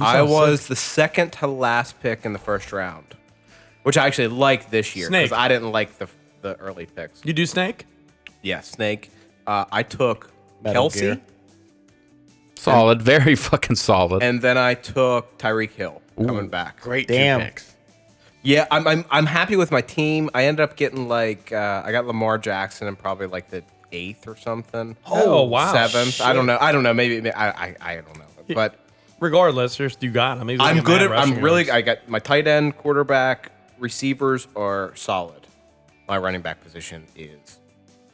C: I was the second to last pick in the first round, which I actually like this year
A: Snake.
C: because I didn't like the the early picks.
A: You do snake?
C: Yeah, Snake. Uh, I took
D: Metal
C: Kelsey,
D: Gear.
B: Solid, very fucking solid.
C: and then I took Tyreek Hill coming back.
B: Great
D: Damn.
C: Yeah, I'm, I'm I'm happy with my team. I ended up getting like uh, I got Lamar Jackson and probably like the eighth or something.
A: Oh, wow.
C: seventh. I don't know. I don't know. Maybe, maybe- I, I I don't know. But
A: Regardless, there's, you got him. He's
C: I'm
A: like a
C: good
A: mad
C: at. I'm
A: rushing
C: really.
A: yards.
C: I got my tight end, quarterback, receivers are solid. My running back position is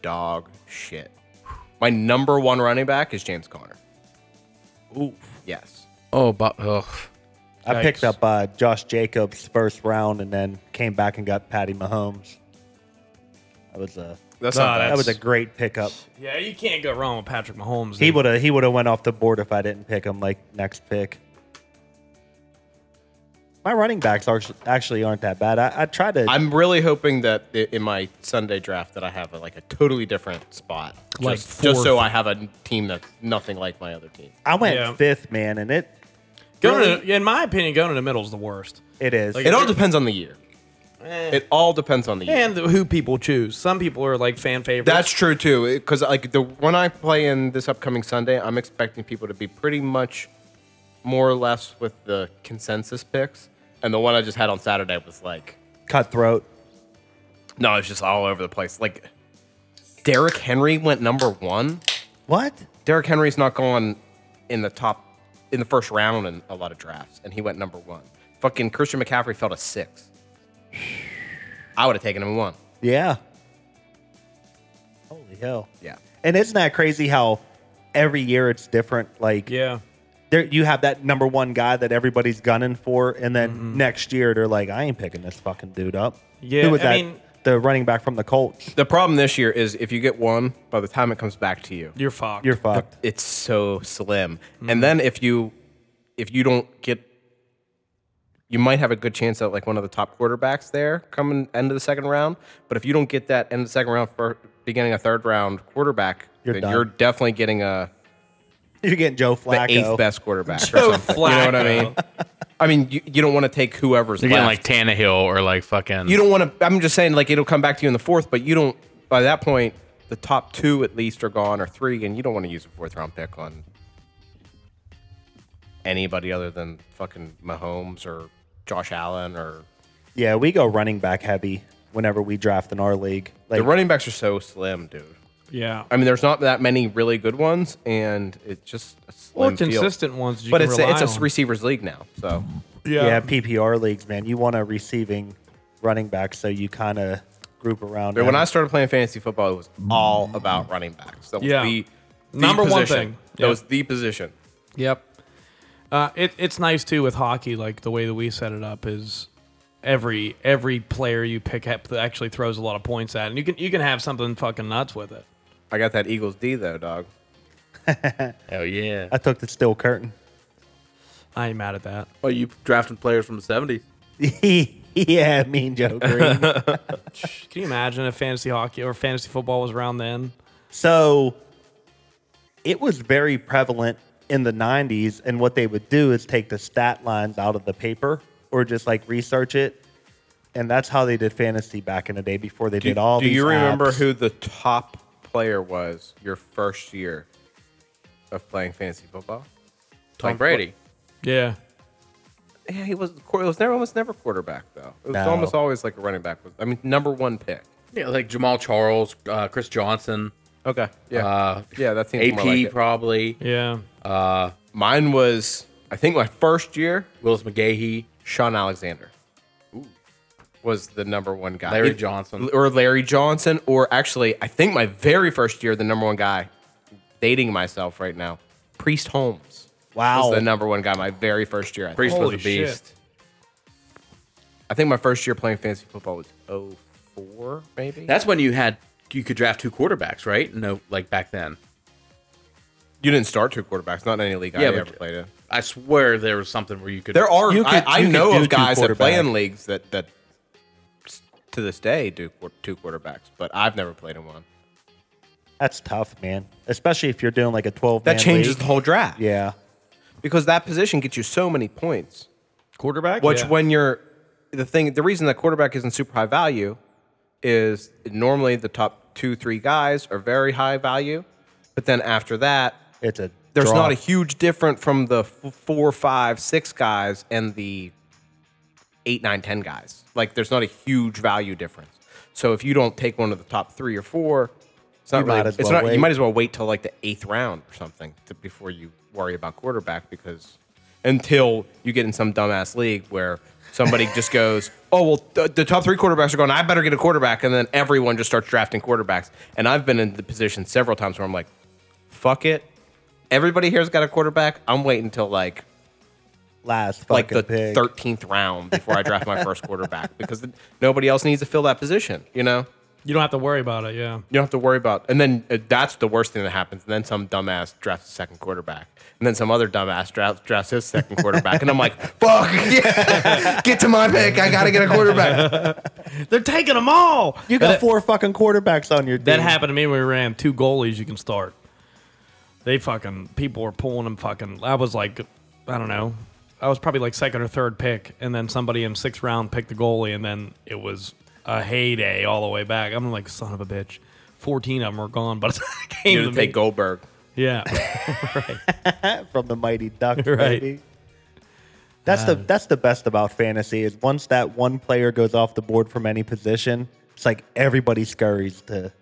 C: dog shit. My number one running back is James Conner. Ooh. Yes.
B: Oh, but ugh.
D: I picked up uh, Josh Jacobs first round and then came back and got Patty Mahomes. That was a
C: That's
A: Nah,
C: not bad.
D: that was a great pickup.
A: Yeah, you can't go wrong with Patrick Mahomes.
D: He
A: dude.
D: would have he would have went off the board if I didn't pick him like next pick. My running backs are actually aren't that bad. I, I tried to
C: I'm really hoping that i- in my Sunday draft that I have a, like a totally different spot,
A: Like
C: just, just so
A: fourth.
C: I have a team that's nothing like my other team.
D: I went
A: Yeah.
D: fifth, man, and it
A: Going to, in my opinion, going to the middle is the worst.
D: it is.
A: Like,
C: It all depends on the year. It all depends on the year.
A: And who people choose. Some people are like fan favorites.
C: That's true too, because like the when I play in this upcoming Sunday, I'm expecting people to be pretty much more or less with the consensus picks, and the one I just had on Saturday was like
D: cutthroat.
C: no, it's just all over the place. Like Derrick Henry went number one.
D: What?
C: Derrick Henry's not going in the top in the first round in a lot of drafts, and he went number one. Fucking Christian McCaffrey fell to six. I would have taken him one.
D: Yeah. Holy hell.
C: Yeah.
D: And isn't that crazy how every year it's different? Like
A: yeah.
D: there you have that number one guy that everybody's gunning for, and then next year they're like, I ain't picking this fucking dude up.
A: Yeah,
D: Who was
A: I
D: that?
A: mean-
D: the running back from the Colts.
C: The problem this year is if you get one, by the time it comes back to you,
A: You're fucked.
D: You're fucked.
C: it's so slim.
D: Mm-hmm.
C: And then if you if you don't get you might have a good chance at like one of the top quarterbacks there coming end of the second round. But if you don't get that end of the second round for beginning of third round quarterback,
D: You're
C: then
D: done.
C: you're definitely getting a
D: You're getting Joe
C: the
D: Flacco.
C: eighth best quarterback
A: Joe
C: or something. You know what I mean? I mean, you, you don't want to take whoever's
B: You're
C: left.
B: getting like Tannehill or like fucking.
C: you don't want to. I'm just saying, like it'll come back to you in the fourth, but you don't. By that point, the top two at least are gone or three, and you don't want to use a fourth round pick on anybody other than fucking Mahomes or Josh Allen or
D: Yeah, we go running back heavy whenever we draft in our league. Like
C: the running backs are so slim, dude.
A: yeah.
C: I mean, there's not that many really good ones, and it's just a
A: Or
C: slim field.
A: consistent ones. You
C: But
A: can
C: it's
A: rely
C: a, it's
A: on.
C: a receivers league now, so
D: yeah. PPR leagues, man, you want a receiving running back, so you kind of group around.
C: But when
D: him.
C: I started playing fantasy football, it was all about running backs. That was
A: Yeah.
C: the, the
A: Number one
C: position.
A: thing.
C: That
A: Yeah.
C: was the position.
A: Yep. Uh, it, it's nice too with hockey, like the way that we set it up is every every player you pick up that actually throws a lot of points at, and you can you can have something fucking nuts with it.
C: I got that Eagles D though, dog.
B: Hell yeah.
D: I took the steel curtain.
A: I ain't mad at that.
B: Well, you drafting players from the 70s.
D: yeah, Mean Joe Green.
A: Can you imagine if fantasy hockey or fantasy football was around then?
D: so it was very prevalent in the 90s. And what they would do is take the stat lines out of the paper or just like research it. And that's how they did fantasy back in the day before they did all
C: do
D: these
C: you remember
D: apps.
C: who the top player was your first year of playing fantasy football?
B: Tom Brady.
A: Yeah.
C: Yeah, he was. It was never almost never quarterback though. It was
D: No.
C: almost always like a running back. I mean, number one pick.
B: Yeah, like Jamal Charles, uh, Chris Johnson,
C: Okay. Yeah.
B: uh,
C: yeah, that seems
B: AP
C: more like it.
B: probably,
A: Yeah.
C: Mine was. I think my first year,
B: Willis McGahee.
C: Sean Alexander was the number one guy.
B: Larry Johnson.
C: Or Larry Johnson, or actually, I think my very first year, the number one guy, dating myself right now, Priest Holmes.
D: Wow.
C: Was the number one guy my very first year. I, think.
B: Priest
A: Holy
B: was a beast.
A: shit.
C: I think my first year playing fantasy football was 04, maybe.
B: That's when you had you could draft two quarterbacks, right? No, like back then.
C: you didn't start two quarterbacks, not in any league I
B: Yeah, but-
C: ever played in.
B: I swear there was something where you could.
C: There are,
D: You
C: I,
D: could-
C: I
D: you could
C: know
D: do
C: of
D: two
C: guys that play in
D: quarterback.
C: leagues that, that s- to this day do qu- two quarterbacks, but I've never played in one.
D: That's tough, man. Especially if you're doing like a 12
C: That changes the
D: league.
C: whole draft.
D: Yeah.
C: because that position gets you so many points.
A: Quarterback?
C: Which
A: Yeah.
C: when you're the thing, the reason that quarterback isn't super high value is normally the top two, three guys are very high value, but then after that,
D: It's a
C: there's
D: draw.
C: not a huge difference from the f- four, five, six guys and the eight, nine, ten guys. Like there's not a huge value difference. So if you don't take one of the top three or four, it's not
D: You
C: really.
D: might as
C: it's
D: well
C: not.
D: wait.
C: You might as well wait till like the eighth round or something to, before you worry about quarterback because until you get in some dumbass league where somebody just goes, oh well, th- the top three quarterbacks are going. I better get a quarterback, and then everyone just starts drafting quarterbacks. And I've been in the position several times where I'm like, fuck it. Everybody here's got a quarterback. I'm waiting till like
D: last
C: like
D: fucking
C: the
D: pick.
C: thirteenth round before I draft my first quarterback because th- nobody else needs to fill that position. You know,
A: You don't have to worry about it, yeah.
C: you don't have to worry about. And then uh, that's the worst thing that happens. And then some dumbass drafts a second quarterback, and then some other dumbass drafts drafts his second quarterback, and I'm like, fuck, yeah, get to my pick. I gotta get a quarterback.
A: They're taking them all.
D: you got four fucking quarterbacks on your team.
A: That happened to me when we ran two goalies. You can start. They fucking people were pulling them. Fucking, I was like, I don't know, I was probably like second or third pick, and then somebody in sixth round picked the goalie, and then it was a heyday all the way back. I'm like, son of a bitch, fourteen of them are gone, but it came
C: You
A: to
C: take
A: me.
C: Goldberg.
A: Yeah,
D: from the mighty duck,
A: Right.
D: baby. That's the that's the best about fantasy is once that one player goes off the board from any position, it's like everybody scurries to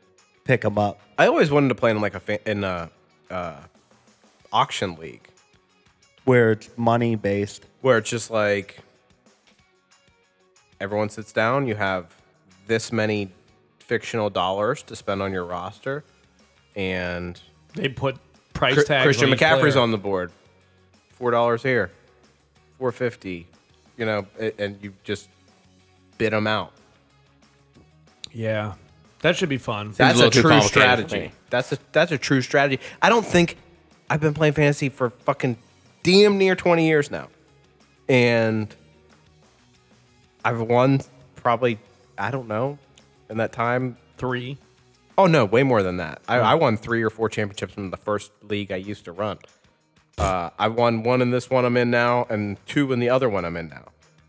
D: pick him up.
C: I always wanted to play in like a fa- in a uh, auction league
D: Where it's money based,
C: where it's just like everyone sits down, you have this many fictional dollars to spend on your roster, and
A: they put price
C: Chr-
A: tags.
C: Christian
A: on each
C: McCaffrey's
A: player.
C: on the board. Four dollars here, four fifty, you know, a- and you just bid them out.
A: Yeah, that should be fun.
C: That's
B: a
C: a
B: little too
C: true
B: complicated for
C: strategy.
B: me.
C: That's a that's a true strategy. I don't think I've been playing fantasy for fucking damn near twenty years now, and I've won probably I don't know in that time.
A: Three.
C: Oh no, way more than that.
A: Hmm.
C: I, I won three or four championships in the first league I used to run. Uh, I won one in this one I'm in now, and two in the other one I'm in now.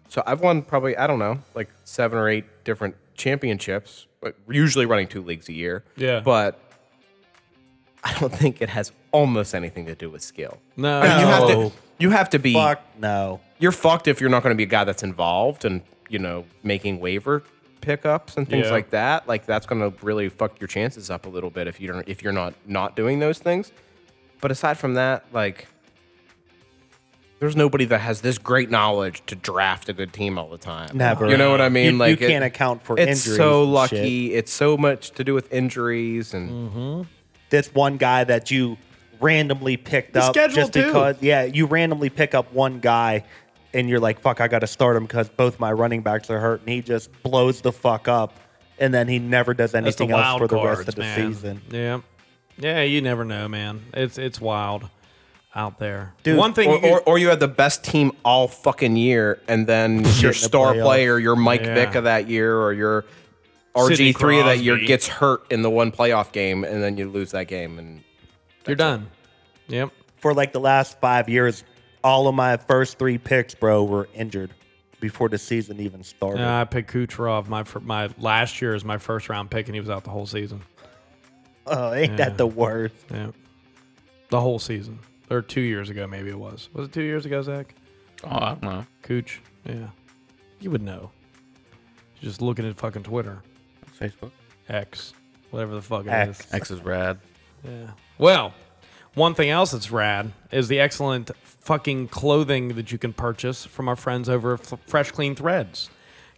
C: So I've won probably I don't know like seven or eight different championships, but usually running two leagues a year.
A: Yeah.
C: but I don't think it has almost anything to do with skill.
A: No.
C: I mean, you have to you have
A: E.
C: to be
D: fuck no.
C: you're fucked if you're not going to be a guy that's involved and you know making waiver pickups and things
A: Yeah.
C: like that. Like that's going to really fuck your chances up a little bit if you don't if you're not not doing those things. But aside from that, like there's nobody that has this great knowledge to draft a good team all the time.
D: Never.
C: You know what I mean?
D: You-
C: like
D: you can't account for
C: it's
D: injuries
C: so
D: and
C: lucky. It's so much to do with injuries and
A: Mm.
D: This one guy that you randomly picked up
A: schedule,
D: just
A: too.
D: because yeah, you randomly pick up one guy and you're like, fuck, I gotta start him because both my running backs are hurt and he just blows the fuck up and then he never does
A: That's the
D: anything else
A: wild
D: for the
A: cards,
D: rest of the
A: man.
D: season.
A: Yeah, yeah. You never know, man. It's it's wild out there.
D: Dude,
A: one thing
C: or,
A: you could-
C: or, or you had the best team all fucking year, and then
D: the
C: your star
D: playoffs.
C: player, your Mike
A: Yeah.
C: Vick of that year, or your
A: Sidney
C: RG three of that year
A: Crosby.
C: gets hurt in the one playoff game, and then you lose that game. And
A: You're done. Yep.
D: for like the last five years, all of my first three picks, bro, were injured before the season even started.
A: Uh, I picked Kucherov my fir- my last year as my first round pick, and he was out the whole season.
D: oh, ain't that the worst?
A: Yeah, the whole season, or two years ago, maybe it was. Was it two years ago, Zach?
B: Oh, I don't know.
A: Cooch. Yeah, you would know. You're just looking at fucking Twitter,
B: Facebook.
A: X, whatever the fuck it is.
D: X.
B: X is rad.
A: Yeah. Well, one thing else that's rad is the excellent fucking clothing that you can purchase from our friends over at F- Fresh Clean Threads.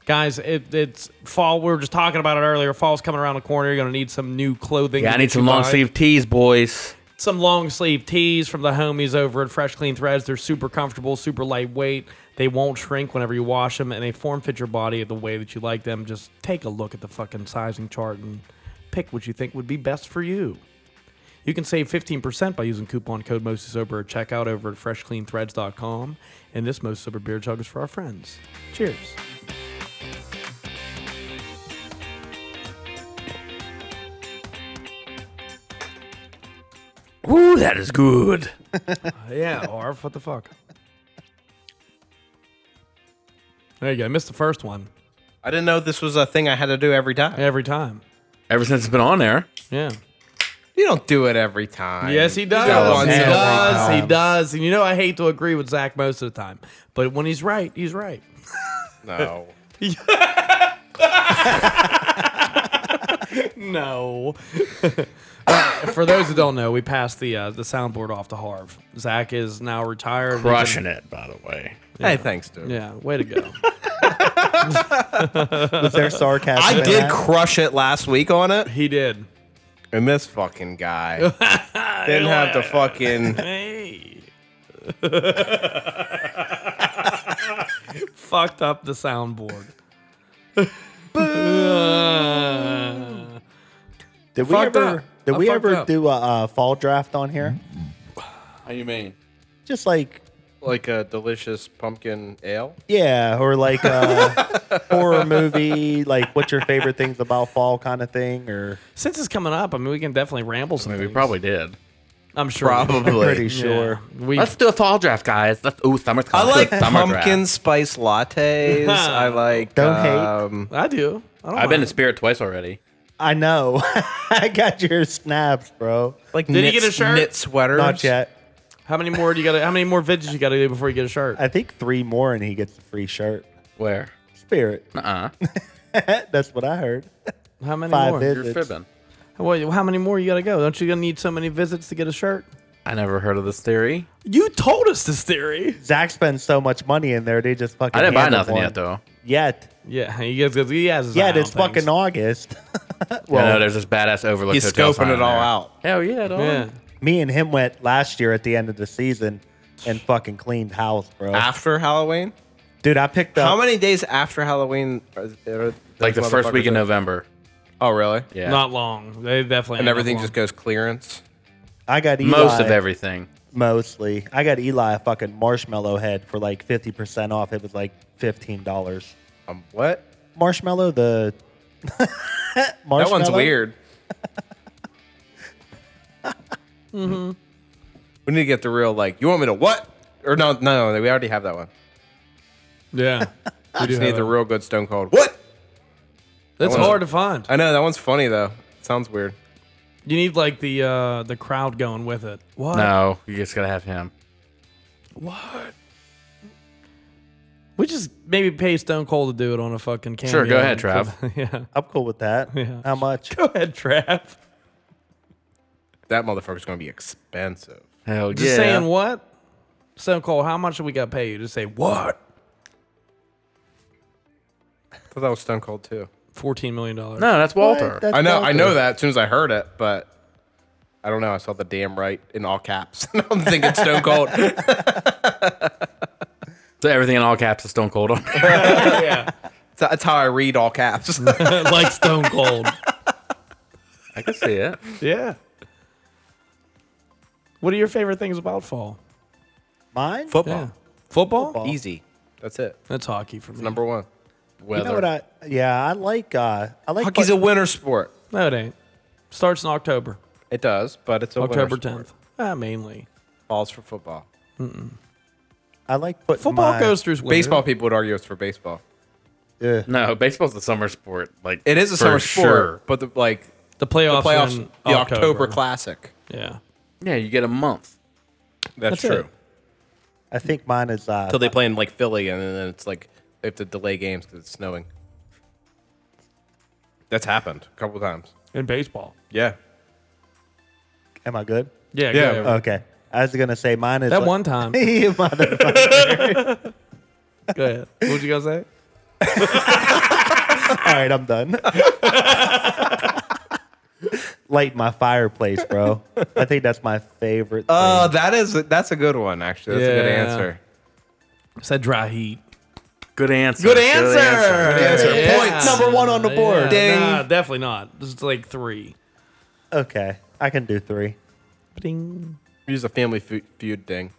A: Guys, it, it's fall. We were just talking about it earlier. Fall's coming around the corner. You're going to need some new clothing.
B: Yeah, I
A: that
B: need
A: you
B: some long
A: buy.
B: sleeve tees, boys.
A: Some long sleeve tees from the homies over at Fresh Clean Threads. They're super comfortable, super lightweight. They won't shrink whenever you wash them, and they form fit your body the way that you like them. Just take a look at the fucking sizing chart and pick what you think would be best for you. You can save 15% by using coupon code MOSISOBER at checkout over at freshcleanthreads.com. And this Most Sober Beer Jug is for our friends. Cheers.
B: Woo, that is good.
A: Yeah, Arf, what the fuck? There you go. Missed the first one
C: I didn't know this was a thing I had to do every time.
A: every time.
B: Ever since it's been on there,
A: Yeah.
C: You don't do it every time.
A: Yes, he does.
C: got one
A: He
C: every
A: does. He
C: time.
A: does. And you know, I hate to agree with Zach most of the time, but when he's right, he's right.
C: No.
A: No. For those who don't know, we passed the uh, the soundboard off to Harv. Zach is now retired.
B: crushing it. By the way,
C: Hey, thanks, dude.
A: Yeah, way to go.
D: Was there sarcasm?
C: I
D: in
C: did
D: that?
C: crush it last week on it.
A: he did.
C: And this fucking guy didn't have the fucking.
A: Hey. Fucked up the soundboard.
D: Did we
A: Fucked
D: ever?
A: up.
D: Did
A: I
D: we
A: fucked
D: ever
A: up.
D: do a uh, fall draft on here?
B: how you mean?
D: Just like
C: Like a delicious pumpkin ale?
D: yeah, or like a horror movie, like what's your favorite things about fall kind of thing, or
A: Since it's coming up, I mean, we can definitely ramble some.
B: I mean, we
A: things.
B: probably did.
A: I'm sure.
D: pretty
B: Probably.
D: sure.
A: Yeah. We
B: Let's do a fall draft, guys. Let's, ooh, summer's
C: I
B: coming. Let's
C: like
B: do a summer draft.
C: pumpkin spice lattes. I like.
D: Don't hate.
C: um,
A: I do. I don't
B: I've been to
A: mind.
B: Spirit twice already.
D: I know. I got your snaps, bro.
C: Like
A: Did he
C: knit-
A: get a shirt?
C: Knit sweaters.
D: Not yet.
A: How many more do you got? to How many more vidgets you got to do before you get a shirt?
D: I think three more, and he gets a free shirt.
B: Where?
D: Spirit.
B: Uh-uh.
D: That's what I heard.
A: How many
D: Five
A: more?
D: visits.
B: You're fibbing.
A: Well, how many more you got to go? Don't you gonna need so many visits to get a shirt?
B: I never heard of this theory.
A: You told us this theory.
D: Zach spends so much money in there. They just fucking.
B: I didn't buy
D: handed
B: nothing
D: one.
B: yet, though.
D: Yet,
A: Yeah, you guys. He has his eye
D: yet
A: on
D: it's fucking
A: things.
D: August.
B: Well,
D: well,
B: there's this badass overlook.
C: He's
B: hotel sign
C: scoping it all
B: there.
C: out.
B: Hell yeah, dog.
A: Yeah.
D: me and him went last year at the end of the season and fucking cleaned house, bro.
B: Ah.
C: After Halloween?
D: Dude, I picked up.
C: How many days after Halloween? Are, are
B: Oh. Like the
C: those
B: first week in
C: motherfuckers-
B: November.
C: Oh, really?
B: Yeah.
A: Not long. They definitely
C: And
A: ain't
C: everything
A: long.
C: just goes clearance.
D: I got Eli,
B: Most of everything.
D: Mostly, I got Eli a fucking marshmallow head for like fifty percent off. It was like fifteen dollars.
C: Um, what?
D: Marshmallow the. marshmallow?
C: That one's weird. Mm-hmm. We need to get the real like. You want me to what? Or no, no, no. We already have that one.
A: Yeah.
C: We just
A: have
C: need the
A: that.
C: real good Stone Cold. What?
A: That's
C: one's-
A: hard to find.
C: I know that one's funny though. sounds weird.
A: You need like the uh the crowd going with it. What?
B: No, you just gotta have him.
A: What? We just maybe pay Stone Cold to do it on a fucking camera.
B: Sure, go ahead, Trav.
A: yeah.
D: I'm cool with that.
A: Yeah.
D: How much?
A: Go ahead, Trav.
C: That motherfucker's gonna be expensive.
B: Hell
A: Just
B: yeah.
A: saying what? Stone Cold, how much do we got to pay you to say what?
C: I thought that was Stone Cold too.
A: $14 million. No.
B: no, that's Walter.
D: What? That's
C: I know, I
D: Walter.
C: know that as soon as I heard it, but I don't know. I saw the damn right in all caps. And I'm thinking Stone Cold.
B: So everything in all caps is Stone Cold on.
A: yeah.
C: That's how I read all caps.
A: like Stone Cold.
B: I can see it.
A: yeah. What are your favorite things about fall?
D: Mine.
A: Yeah.
C: Football,
A: Football?
C: easy. That's it.
A: That's hockey for me.
C: Number one.
B: Weather.
D: You know what I? Yeah, I like. Uh, I like.
C: Hockey's a winter sport.
A: no, it ain't. Starts in October.
C: It does, but it's a winter
A: October
C: sport.
A: 10th. Ah, mainly.
C: Balls for football.
D: I like putting
A: Football
D: my-
A: goes through winter.
C: Baseball people would argue it's for baseball.
D: Ugh.
B: no, baseball's a summer sport. Like
C: It is a
B: for
C: summer
B: sure.
C: sport, but the like
A: The playoffs. are
C: playoffs,
A: in
C: the October. Classic.
A: Yeah.
B: Yeah, you get a month.
C: That's,
A: That's it.
C: true.
D: I think mine is. Uh,
C: Until they play in like Philly, and then it's like they have to delay games because it's snowing. That's happened a couple times.
A: In baseball.
C: Yeah.
D: am I good?
A: Yeah. uh,
C: Yeah.
A: go ahead.
D: Okay. I was gonna say mine is
A: that
D: like-
A: one time.
D: You motherfucker.
A: Go ahead. What'd you guys say?
D: All right, I'm done. Light my fireplace, bro. I think that's my favorite. Thing.
C: Oh,
E: Uh,
C: that is that's a good one actually. That's a good
A: Yeah.
C: answer.
A: Said dry heat.
B: Good answer.
C: Good answer. Good answer.
A: Yeah.
C: Points.
D: Number one on the board.
C: Ding.
A: Nah, definitely not. This is like three.
D: Okay, I can do three.
A: Ding.
C: Use a family Feu- feud ding.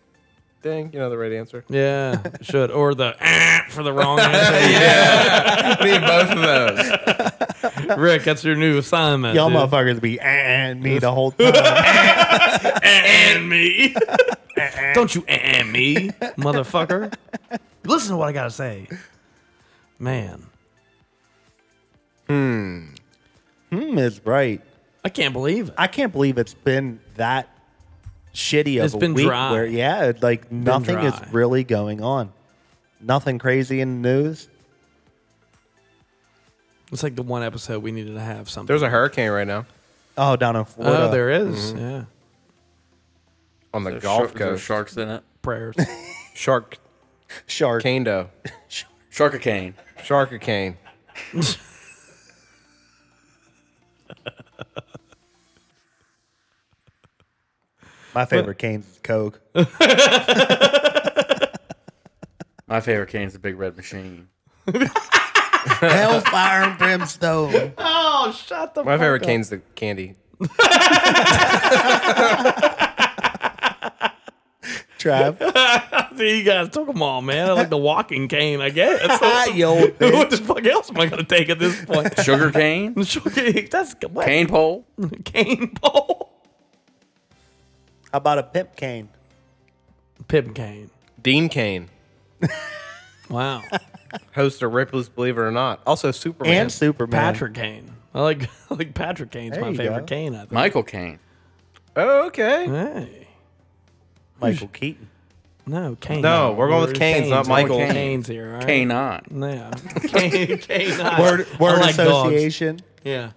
C: Ding, you know the right answer.
A: Yeah, should or the eh, for the wrong answer.
C: Need both of those.
A: Rick, that's your new assignment.
D: Y'all
A: dude.
D: motherfuckers be and me the whole time.
A: and Eh, me. eh. Don't you and me, motherfucker. Listen to what I gotta say, man.
D: Hmm, is right.
A: I can't believe it.
D: I can't believe it's been that shitty of
A: It's
D: a
A: been
D: week.
A: dry.
D: Where yeah, it- like nothing is
A: dry.
D: really going on. Nothing crazy in the news.
A: It's like the one episode we needed to have something.
C: There's a hurricane right now
D: Oh, down in Florida.
A: oh, there is. Yeah,
C: on the
B: There's
C: Gulf
B: shark- there's
C: Coast.
B: sharks in it.
A: prayers.
C: Shark
D: Shark.
C: Kando.
B: Shark cane.
C: Shark cane.
D: My favorite cane's is Coke.
B: My favorite cane's the big red machine.
D: Hellfire and brimstone.
A: oh, shut the.
C: My favorite cane's the candy.
D: Trav.
A: You guys took them all, man. I like the walking cane. I guess.
D: you old
A: what
D: bitch.
A: the fuck else am I gonna take at this point?
B: Sugar cane.
A: That's what?
B: cane pole.
A: cane pole.
D: How about a pimp cane?
A: Pimp cane.
C: Dean Kane,
A: Wow.
C: host of Ripley's Believe It or Not. Also Superman.
D: And Superman.
A: Patrick Kane. I like I like Patrick Kane's
D: There
A: my
D: you
A: favorite
D: go.
A: Kane. I think.
B: Michael Kane.
C: oh, okay.
A: Hey.
D: Michael Keaton.
A: No, Kane.
C: No, we're going with Kane's, not Michael.
A: Kane's, here, all right?
B: Cane on.
A: Yeah. Kane, Kane. I-
D: Word,
A: I
D: word
A: like dogs.
D: association.
A: Yeah.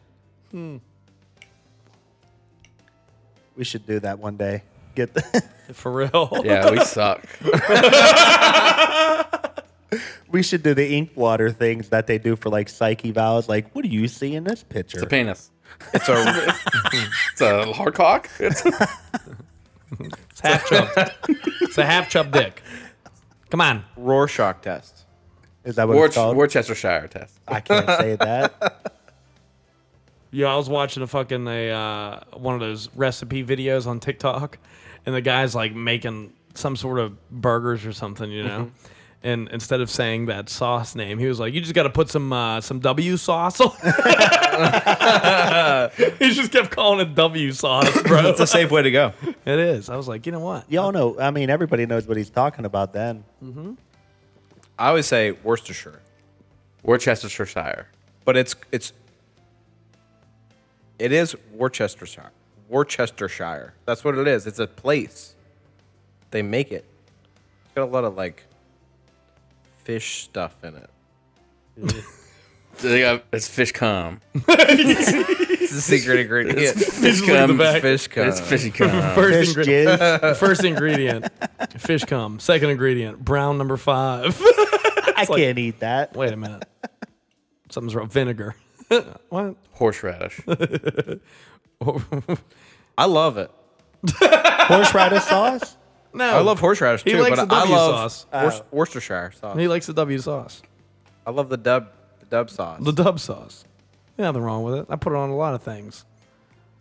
D: We should do that one day. Get the,
A: For real.
B: Yeah, we suck.
D: we should do the ink water things that they do for like psyche vows. Like, what do you see in this picture?
B: It's a penis.
C: It's a
B: It's a hard cock. It's
A: It's half chubbed. it's a half chubbed dick. Come on.
C: Rorschach test.
D: Is that what
B: Wor-
D: it's called?
B: Worcestershire test.
D: I can't say that.
A: Yeah, I was watching a fucking a uh, one of those recipe videos on TikTok, and the guy's like making some sort of burgers or something, you know. And instead of saying that sauce name, he was like, "You just got to put some uh, some W sauce." on He just kept calling it W sauce, bro.
C: That's a safe way to go.
A: it is. I was like, you know what?
D: Y'all know. I mean, everybody knows what he's talking about. Then
C: I always say Worcestershire,
B: Worcestershire.
C: but it's it's it is Worcestershire. Worcestershire. That's what it is. It's a place. They make it. It's got a lot of like fish stuff in it.
B: They got- It's fish cum.
C: It's a secret ingredient.
B: Fish
A: look at the
B: cum.
A: back.
C: fish cum.
B: It's fishy
C: uh,
B: cum.
A: First
D: fish
A: ingredient,
D: jizz.
A: first ingredient, fish cum. Second ingredient, brown number five.
D: I can't eat that.
A: Wait a minute, something's wrong. Vinegar. what?
B: Horseradish.
C: I love it.
D: Horseradish sauce.
A: No,
C: I love horseradish
A: He
C: too,
A: likes
C: but
A: the
C: I
A: W
C: love
A: sauce. Oh.
C: Wor- Worcestershire sauce.
A: He likes the W sauce,
C: I love the dub the dub sauce.
A: the dub sauce. Ain't Nothing wrong with it. I put it on a lot of things,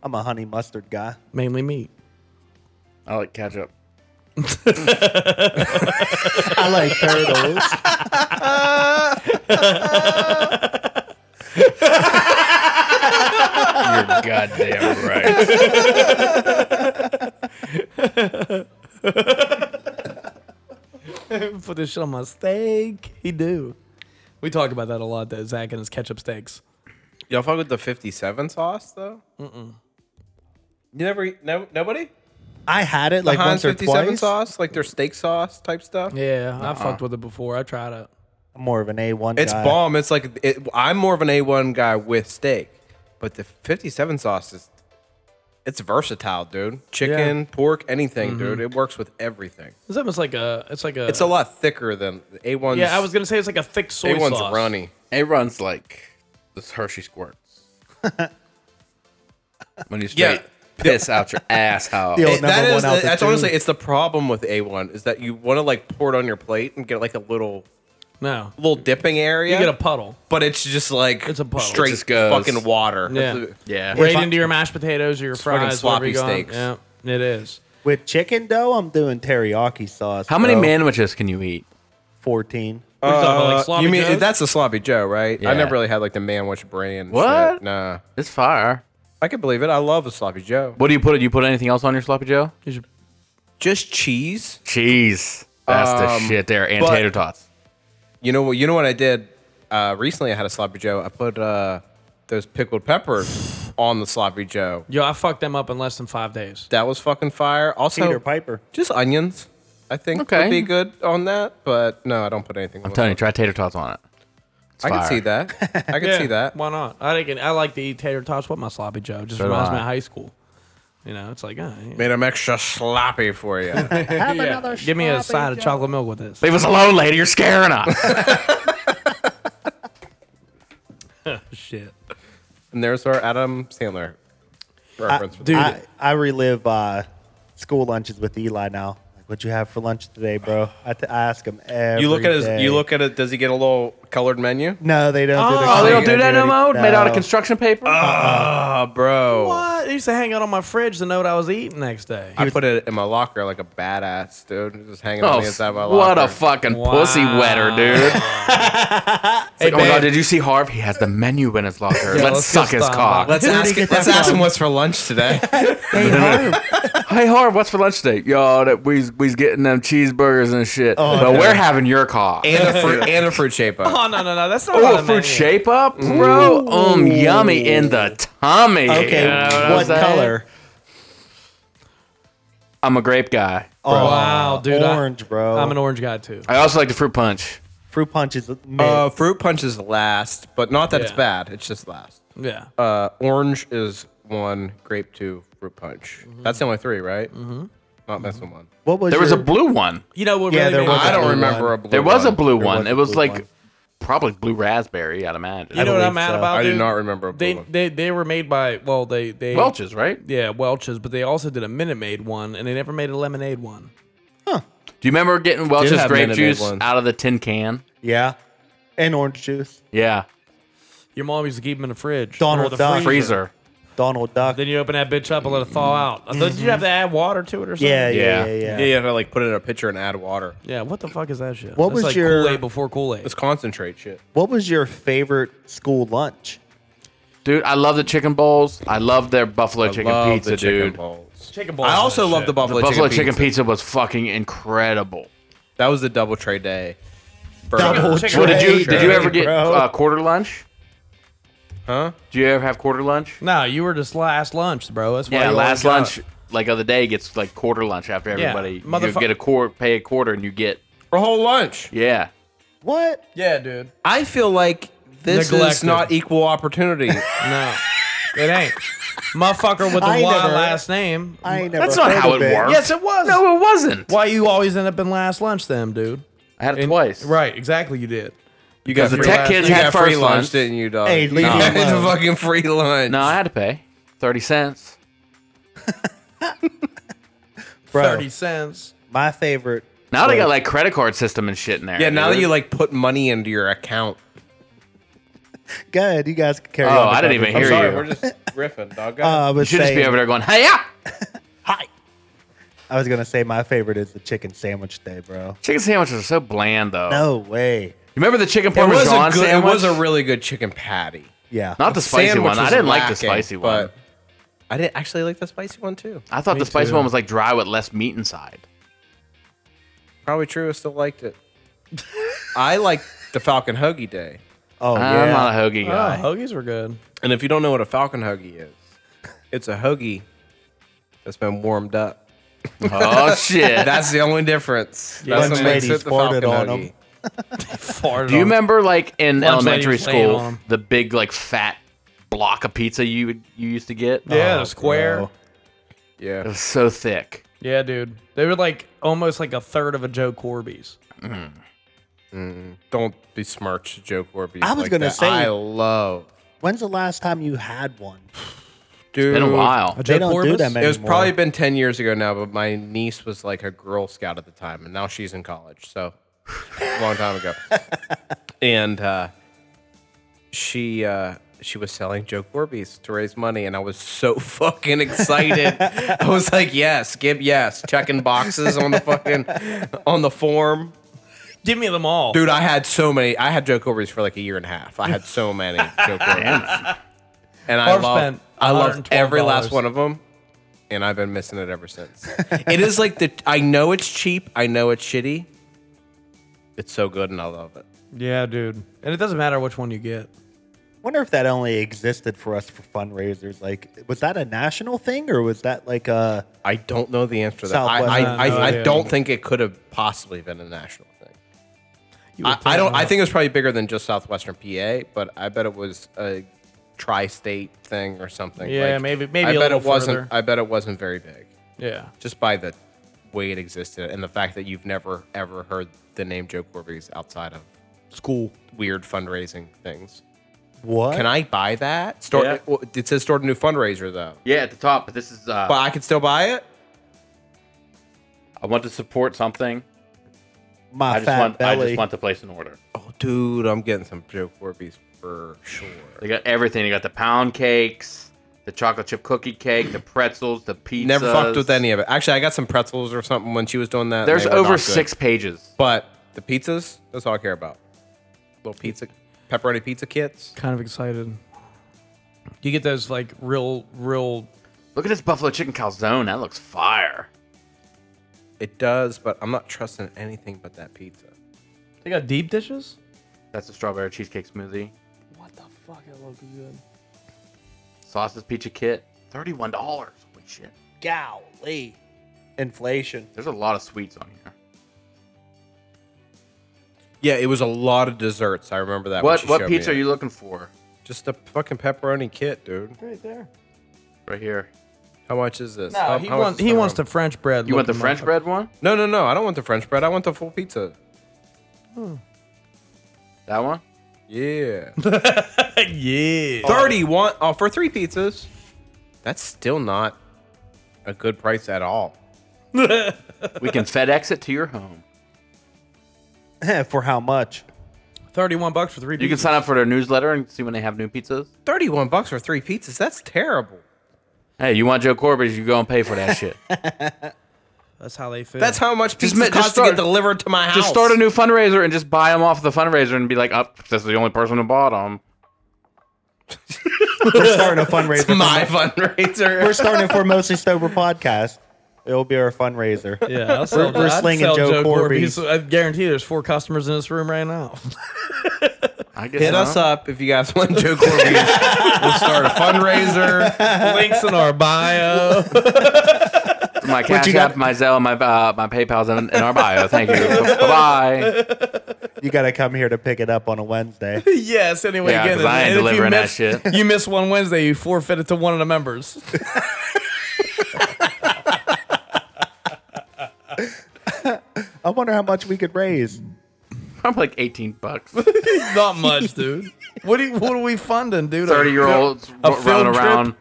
D: I'm a honey mustard guy.
A: mainly meat.
B: I like ketchup.
D: I like turtles.
B: You're goddamn right.
A: Put this shit on my steak. He do. We talk about that a lot. That Zach and his ketchup steaks.
C: Y'all fuck with the 57 sauce though? Mm-mm. You never eat, no, nobody?
D: I had it like once
C: Heinz
D: or
C: 57
D: twice.
C: sauce, like their steak sauce type stuff?
A: Yeah, I fucked with it before. I tried it.
D: I'm more of an A1
C: It's
D: guy.
C: bomb. It's like it, I'm more of an A1 guy with steak, but the 57 sauce is it's versatile, dude. Chicken, pork, anything, dude. It works with everything.
A: It's almost like a. It's like a.
C: It's a lot thicker than the A1's.
A: Yeah, I was gonna say it's like a thick soy
C: A1's
A: sauce.
C: runny.
B: It runs like this Hershey squirts. When you straight
C: Yeah.
B: piss out your ass how
D: The old-
C: It- that
D: number
C: is, uh,
D: one altitude.
C: that's honestly, it's the problem with A1 is that you want to like pour it on your plate and get like a little
A: No,
C: little dipping area.
A: you get a puddle
C: but it's just like
A: It's a puddle.
C: straight
B: It just goes.
C: fucking water.
A: Yeah.
C: It's-
B: Yeah.
A: right
D: I-
A: into your mashed potatoes or your
C: fucking
A: fries. whatever
C: sloppy
A: you're going.
C: steaks.
A: Yeah, it is.
D: With chicken dough, I'm doing teriyaki sauce.
B: How many
D: bro.
B: manwiches can you eat?
D: 14.
A: What are you talking about, like sloppy
C: you mean
A: joes?
C: that's a sloppy Joe, right?
B: Yeah.
C: I never really had like the man with brain. and
B: What?
C: Shit. Nah,
B: It's fire.
C: I can believe it. I love a sloppy Joe.
B: What do you put? Do you put anything else on your sloppy Joe?
C: Just cheese.
B: Cheese. That's the
C: Um,
B: shit there. And
C: but-
B: tater tots.
C: You know what? You know what I did uh, recently? I had a sloppy Joe. I put uh, those pickled peppers on the sloppy Joe.
A: Yo, I fucked them up in less than five days.
C: That was fucking fire. Also,
D: Peter Piper.
C: just onions. I think
B: Okay.
C: would be good on that, but no, I don't put anything.
B: I'm
C: on
B: telling you,
C: it.
B: try tater tots on it. It's
C: I can
B: fire.
C: see that. I can see that.
A: Why not? I like I like to eat tater tots with my sloppy Joe. Just
B: do
A: reminds me
B: I.
A: of high school. You know, it's like, ah, yeah.
C: Made them extra sloppy for you.
A: give me a side of chocolate milk with this.
B: Leave us alone, lady. You're scaring us.
A: Shit.
C: and there's our Adam Sandler reference. for the-
A: Dude,
D: I, I relive uh, school lunches with Eli now. Like, what you have for lunch today, bro? I, t- I ask him every
C: you look at his.
D: day.
C: You look at it. Does he get a little colored menu?
D: No, they don't. do the
B: Oh, they don't do
D: clean
B: that no
D: dirty-
B: more. Made out of
D: no.
B: construction paper.
C: Ah, bro.
A: What? They used to hang out on my fridge to know what I was eating next day.
C: I put it in my locker like a badass dude, just hanging on
B: oh,
C: the inside of my locker.
B: what a fucking pussy
A: Wow.
B: wetter, dude. It's like, oh my god, did you see Harv? He has the menu in his locker. let's,
A: let's uh, go
B: suck his
A: Starbucks.
B: cock.
C: Let's ask. Let's ask him what's for lunch today.
B: hey Harv, what's for lunch today? Yo, that we's we's getting them cheeseburgers and shit. but
D: no.
B: we're having your cock.
C: and a fruit. and a fruit shape up.
A: Oh no no no! That's not
B: Oh,
A: what I
B: a fruit
A: meant.
B: shape up, bro. Um, yummy in the tummy.
D: Okay,
B: You know what I'm
D: what
B: saying?
D: color?
B: I'm a grape guy.
A: Wow, dude! I-
D: Oh, Orange, bro.
A: I'm an orange guy too.
B: I also like the fruit punch.
D: Fruit punch is mid.
C: Uh, fruit punch is last, but not that it's
A: Yeah.
C: bad. It's just last.
A: Yeah.
C: Uh, orange is one, grape two, fruit punch. That's the only three, right? Mm-hmm. Not missing one.
D: what was
B: There was a
D: your-
B: blue one.
A: you know what?
D: yeah,
A: Really
D: there
A: made
D: was
A: me-
D: a
C: I don't
D: blue
C: remember
D: one.
C: a blue.
B: There was a
C: one.
B: blue
D: There
B: one.
D: was a
B: It was
D: blue
B: like
D: one.
B: probably blue raspberry, I'd imagine.
A: You know what
D: believe
A: I'm mad
D: so.
A: about?
C: I do
A: dude?
C: not remember a blue
A: They,
C: one.
A: they they were made by well they they
B: Welch's, right? Do
A: Yeah, Welch's, but they also did a Minute Maid one, and they never made a lemonade one.
B: you remember getting Welch's
C: have
B: grape
C: Minute Maid
B: juice
C: ones.
B: out of the tin can?
D: yeah, and orange juice.
B: Yeah,
A: Your mom used to keep them in the fridge
D: Donald
A: or the
D: Duck.
B: freezer.
D: Donald Duck.
A: Then you open that bitch up and let it thaw out. Did you have to add water to it or something?
D: Yeah, yeah, yeah,
B: Yeah.
D: yeah.
C: Yeah, you have to like put it in a pitcher and add water.
A: Yeah, what the fuck is that shit?
D: What
A: That's
D: was
A: like
D: your-
A: Kool-Aid before Kool-Aid?
C: It's concentrate shit.
D: What was your favorite school lunch?
B: Dude, I love the chicken bowls. I love their buffalo chicken
C: Love
B: pizza,
C: the chicken
B: dude.
C: balls.
A: Chicken balls
C: I
A: and
C: also
A: that
C: love
A: shit.
C: the buffalo,
B: buffalo
C: chicken, pizza.
B: was fucking incredible.
C: That was the double tray day.
D: Double
C: Burger.
D: tray.
B: Well, did you did you ever get
D: bro.
B: uh, quarter lunch?
C: Huh?
B: Do you ever have quarter lunch?
A: No, you were just last lunch, bro. That's why
B: Yeah,
A: you always
B: last
A: got-
B: lunch, like other day, gets like quarter lunch after everybody. you
A: motherfu-
B: get a quarter, pay a quarter, and you get
C: For whole lunch.
B: yeah.
D: What?
A: Yeah, dude.
C: I feel like this is
A: Neglected.
C: not equal opportunity.
A: No, it ain't. Motherfucker with the
D: I
A: wild
D: never-
A: last name.
D: I ain't never
B: That's not
D: heard
B: how
D: of
B: it works.
A: yes, it was.
B: No, it wasn't.
A: Why you always end up in last lunch, then, dude?
B: I had it
A: And-
B: twice.
A: Right, exactly. You did.
C: You got
B: the
C: free
B: tech
C: lunch.
B: kids
C: you
B: had
C: got free
B: first
C: lunch,
B: lunch.
C: didn't you, dog?
D: Hey, leave
C: you
D: me
C: had the
D: alone.
C: fucking free lunch.
B: No, I had to pay thirty cents.
D: Bro,
A: Thirty cents.
D: My favorite.
B: Now they got like credit card system and shit in there.
C: yeah, now that
B: dude.
C: you like put money into your account.
D: Go ahead, you guys can carry
B: Oh,
D: on.
B: I didn't even hear you.
C: just riffing, dog.
D: Uh, I
B: you
D: was
B: should just be
D: saying-
B: over there going, "Hey, yeah,
D: I was gonna say my favorite is the chicken sandwich day, bro.
B: chicken sandwiches are so bland though."
D: No way.
B: You remember the chicken
C: it was
B: parmesan
C: a good, it
B: sandwich?
C: was a really good chicken patty.
D: Yeah.
B: Not the spicy
C: Sandwich
B: one. I
C: was
B: didn't like the
C: lacking,
B: spicy one.
C: but I didn't actually like the spicy one too.
B: I thought
A: Me
B: the spicy
A: too.
B: one was like dry with less meat inside.
C: Probably true. I still liked it. I liked the Falcon Hoagie Day.
D: oh
B: I'm not a
D: yeah.
B: hoagie
A: Oh,
B: guy.
A: hoagies were good.
C: And if you don't know what a Falcon Hoagie is, it's a hoagie that's been warmed up.
B: oh shit!
C: That's the only difference.
D: Yeah,
C: That's
D: Lunch
C: what makes
D: ladies
C: it the Falcon
D: farted on
C: Hoagie.
D: 'em.
A: Farted
B: Do you
A: on-
B: remember like in
A: Lunch
B: elementary
A: ladies laying on
B: school
A: 'em.
B: the big like fat block of pizza you would you used to get?
A: Yeah, the
D: Oh,
A: square.
D: bro.
B: It
C: Yeah.
B: was so thick.
A: Yeah, dude. They were like almost like a third of a Joe Corby's.
C: Don't besmirch Joe Corby.
D: I was
C: like
D: gonna
C: that.
D: say-
C: I love.
D: When's the last time you had one?
C: Dude,
B: Been a while.
A: Joe
D: they don't do
A: Corbis?
D: them
C: It
D: anymore.
C: was probably been 10 years ago now, but my niece was like a Girl Scout at the time, and now she's in college. So, a long time ago. And uh, she uh, she was selling Joe Corby's to raise money, and I was so fucking excited. I was like, yes, give yes, checking boxes on the fucking on the form.
A: Give me them all.
C: Dude, I had so many. I had joke Orbys for like a year and a half. I had so many joke Orbys. And I
A: Barb
C: love
A: spent
C: I loved
A: $112.
C: every last one of them. And I've been missing it ever since. it is like the I know it's cheap, I know it's shitty. It's so good and I love it.
A: Yeah, dude. And it doesn't matter which one you get.
D: Wonder if that only existed for us for fundraisers. Like, was that a national thing or was that like a?
C: I don't know the answer to that. I, I,
D: Southwest.
C: I,
A: No
C: I
A: idea.
C: don't think it could have possibly been a national thing.
A: You
C: I,
A: would
C: I don't.
A: think
C: I think it was probably bigger than just Southwestern PA, but I bet it was a tri-state thing or something.
A: Yeah, maybe- maybe
C: I
A: a
C: bet
A: little
C: it wasn't.
A: further.
C: I bet it wasn't very big,
A: Yeah.
C: just by the way it existed and the fact that you've never ever heard the name Joe Corby's outside of
A: School.
C: weird fundraising things.
D: What?
C: Can I buy that? Start.
B: Yeah.
C: well, it says start a new fundraiser though,
B: Yeah, at the top. But this is. Uh,
C: but I could still buy it.
B: I want to support something.
D: my
B: I just
D: fat
B: want.
D: belly.
B: I just want to place an order.
C: Oh, dude, I'm getting some Joe Corby's for sure.
B: They got everything. They got the pound cakes, the chocolate chip cookie cake, the pretzels, the pizza.
C: Never fucked with any of it. Actually, I got some pretzels or something when she was doing that. and
B: There's
C: they were not
B: over
C: good.
B: six pages.
C: But the pizzas, that's all I care about. Little pizza, pepperoni pizza kits.
A: Kind of excited. You get those like real, real.
B: Look at this buffalo chicken calzone. That looks fire.
C: It does, but I'm not trusting anything but that pizza.
A: They got deep dishes.
B: That's a strawberry cheesecake smoothie.
A: What the fuck? That looks good.
B: Sausage pizza kit. Thirty-one dollars. Holy shit.
D: Golly, inflation.
B: There's a lot of sweets on here.
C: Yeah, it was a lot of desserts. I remember that. when
B: What
C: she
B: what
C: showed me
B: pizza are
C: it.
B: you looking for?
C: Just a fucking pepperoni kit, dude.
A: Right there.
B: Right here.
C: How much is this?
A: No,
C: How-
A: he
C: how much
A: wants.
C: is
A: He
C: this?
A: wants the French bread.
B: You want the
A: looking
B: French
A: motherfucker.
B: bread one?
C: No, no, no. I don't want the French bread. I want the full pizza.
B: That one?
C: Yeah,
A: yeah.
C: thirty-one. Oh, for three pizzas. That's still not a good price at all.
B: We can FedEx it to your home.
D: Eh, for how much?
A: Thirty-one bucks for three.
B: You can
A: pizzas.
B: sign up for their newsletter and see when they have new pizzas.
C: Thirty-one bucks for three pizzas. That's terrible.
B: Hey, you want Joe Corbett? You go and pay for that shit.
A: That's how they feel.
C: That's how much
B: Just
C: pizza
B: ma-
C: costs
B: just
C: to
B: start-
C: get delivered to my house.
B: Just start a new fundraiser and just buy them off the fundraiser and be like, "Up, this is the only person who bought them."
D: We're starting a fundraiser. for
C: my
D: mo-
C: fundraiser.
D: We're starting it for mostly sober podcast. It'll be our fundraiser.
A: Yeah, I'll sell,
D: we're
A: I'd
D: slinging
A: sell
D: Joe
A: Corby's.
D: Corby's.
A: I guarantee there's four customers in this room right now.
B: I guess
C: Hit us up if you guys want Joe Corby. we'll start a fundraiser.
A: Links in our bio.
B: My Cash
D: got-
B: App, my Zelle, my uh, my PayPal's in, in our bio. Thank you. Bye.
D: You got to come here to pick it up on a Wednesday.
A: yes. Anyway,
B: Yeah,
A: get
B: 'cause
A: it.
B: I ain't
A: And if you
B: delivering that
A: miss-
B: shit.
A: You miss one Wednesday, you forfeit it to one of the members.
D: I wonder how much we could raise.
B: Probably like eighteen bucks.
A: Not much, dude. What do you, what are we funding, dude?
B: Thirty year olds
A: A
B: running
A: field trip?
B: around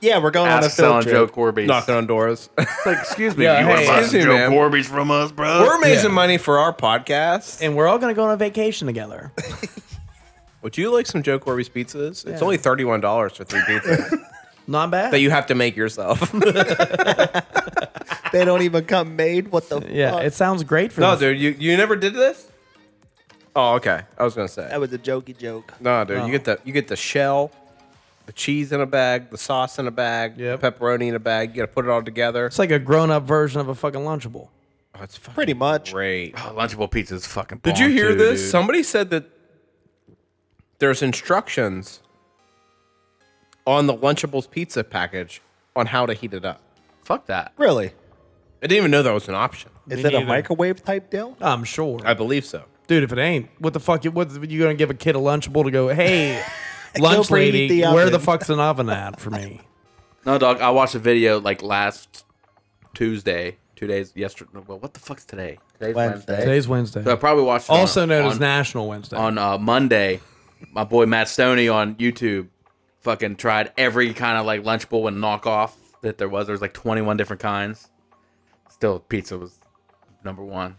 D: Yeah, we're going on a
B: ass
D: field
B: selling Joe
D: trip.
B: Corby's.
C: Knocking on doors.
B: It's like, excuse me,
A: Yeah,
B: you want
A: hey,
B: to buy
C: excuse
B: some
C: me,
B: Joe
C: man.
B: Corby's from us, bro?
C: We're making money for our podcast.
A: And we're all gonna go on a vacation together.
C: Would you like some Joe Corby's pizzas? It's only thirty-one dollars for three pizzas
A: Not bad.
C: that you have to make yourself.
D: They don't even come made. What the?
A: yeah,
B: Uh,
D: fuck?
A: it sounds great for
C: no,
A: the-
C: dude, you, you never did this. Oh, okay. I was gonna say.
D: that was a jokey joke.
C: No, dude, you get the you get the shell, the cheese in a bag, the sauce in a bag, the
A: Yep.
C: pepperoni in a bag. You gotta put it all together.
A: It's like a grown up version of a fucking Lunchable.
C: Oh, it's fucking
D: Pretty much.
C: great.
B: Oh, Lunchable pizza is fucking.
C: Did you
B: bomb,
C: hear
B: too,
C: this?
B: dude.
C: Somebody said that there's instructions on the Lunchables pizza package on how to heat it up.
B: Fuck that.
D: Really?
C: I didn't even know that was an option.
D: Is it a microwave type deal?
A: I'm sure,
C: I believe so.
A: dude. If it ain't, what the fuck? You, what you gonna give a kid a Lunchable to go? Hey, lunch
D: Go preheat
A: lady,
D: the
A: where the
D: oven."
A: fuck's an oven at for me?
B: No, dog. I watched a video like last Tuesday, two days yesterday. Well, what the fuck's today? Today's
D: Wednesday.
A: Today's Wednesday.
B: So I probably watched. it
A: also
B: on-
A: known
B: on-
A: as National Wednesday.
B: on uh, Monday, my boy Matt Stoney on YouTube fucking tried every kind of like lunchable and knockoff that there was. There was like 21 different kinds. Still, pizza was number one.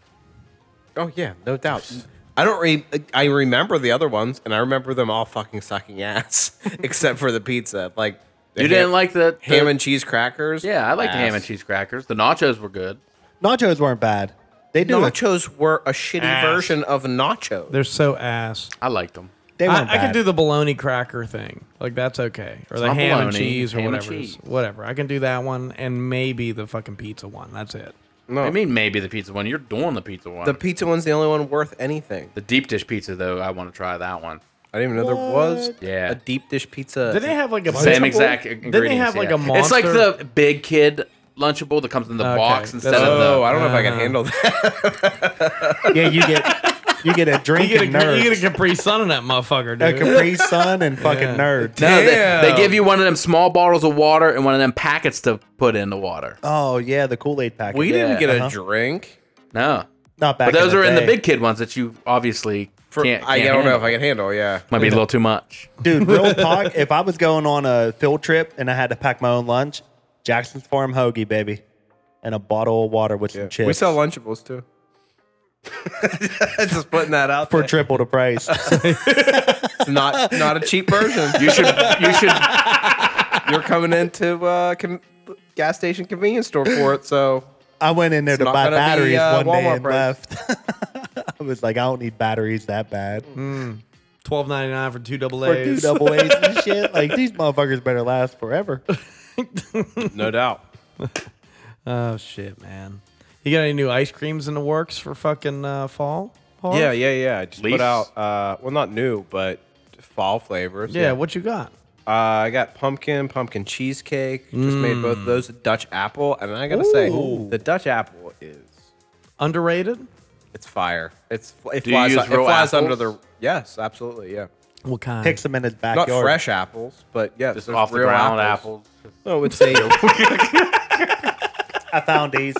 C: Oh yeah, no doubt. I don't re- I remember the other ones, and I remember them all fucking sucking ass, except for the pizza. Like the
B: You
C: ham-
B: didn't like the, the-
C: ham and cheese crackers.
B: Yeah, I like the ham
C: Ass.
B: and cheese crackers. The nachos were good.
D: Nachos weren't bad. They do. it.
C: Nachos were a shitty
A: Ass.
C: version of nacho.
A: They're so ass.
B: I liked them.
D: They
A: I,
D: weren't
A: I can
D: bad.
A: do the bologna cracker thing. Like that's okay. Or the
B: not
A: ham and
B: bologna,
A: cheese or
B: ham and
A: whatever. it is.
B: cheese.
A: Whatever. I can do that one and maybe the fucking pizza one. That's it.
C: No,
B: I mean, maybe the pizza one. You're doing the pizza one.
C: the
B: The,
C: pizza one's the only one worth anything.
B: deep dish pizza, though, I want to try that one.
C: I didn't even know there was
B: Yeah.
C: a deep dish pizza.
A: Did they have like a
B: Same
A: Oh, Lunchable?
B: exact
A: Didn't
B: ingredients.
A: they have like
B: yeah.
A: a monster?
B: It's like the big kid lunchable that comes in the
A: Okay,
B: box instead
A: that's-
B: of the.
C: Oh, I don't know if I can handle that.
D: yeah, you get you get a
A: you
D: drink
A: get, a,
D: and nerd,
A: you get a Capri Sun in that motherfucker,
D: a
A: dude.
D: Capri Sun, and fucking nerd.
B: No, they, they
C: Damn.
B: give you one of them small bottles of water and one of them packets to put in the water.
D: Oh yeah, the Kool Aid packet.
C: We
B: Yeah,
C: didn't get a
D: uh-huh.
C: drink.
B: No,
D: Not back.
B: but those
D: in
B: are in the
D: day.
B: big kid ones that you obviously
C: For,
B: can't.
C: I, I
B: can't
C: don't know if
B: handle.
C: I can handle. Yeah.
B: Might be a little too much.
D: dude. Real talk. if I was going on a field trip and I had to pack my own lunch, Jackson's Farm hoagie, baby, and a bottle of water with some chips.
C: We sell Lunchables too. Just putting that out
D: for
C: there.
D: triple the price.
C: It's not not a cheap version.
B: You should. You should.
C: You're coming into uh, com- gas station convenience store for it, so
D: I went in there to
C: not
D: buy
C: gonna be,
D: batteries
C: uh,
D: one day
C: Walmart
D: and
C: price.
D: left. I was like, I don't need batteries that bad.
A: Twelve ninety nine for two double
D: Or two
A: A's.
D: double A's and shit. Like these motherfuckers better last forever.
C: no doubt.
A: Oh shit, man. You got any new ice creams in the works for fucking uh, fall? Harv?
C: Yeah, yeah, yeah. I just
B: Leafs?
C: put out uh, well, not new, but fall flavors.
A: Yeah, what you got?
C: uh, I got pumpkin, pumpkin cheesecake. Just made both of those Dutch apple, and I gotta say, the Dutch apple is
A: Underrated?
C: it's fire. It's fl- it
B: Do you
C: flies,
B: use
C: it
B: real
C: flies under
B: apples?
C: the yes, absolutely, yeah.
A: What kind?
D: Picks them in his
C: Not
D: backyard.
C: fresh apples, but yes,
B: Just
C: there's
B: off the
C: real
B: ground
C: apples.
B: apples.
C: No, it's a
D: I found these.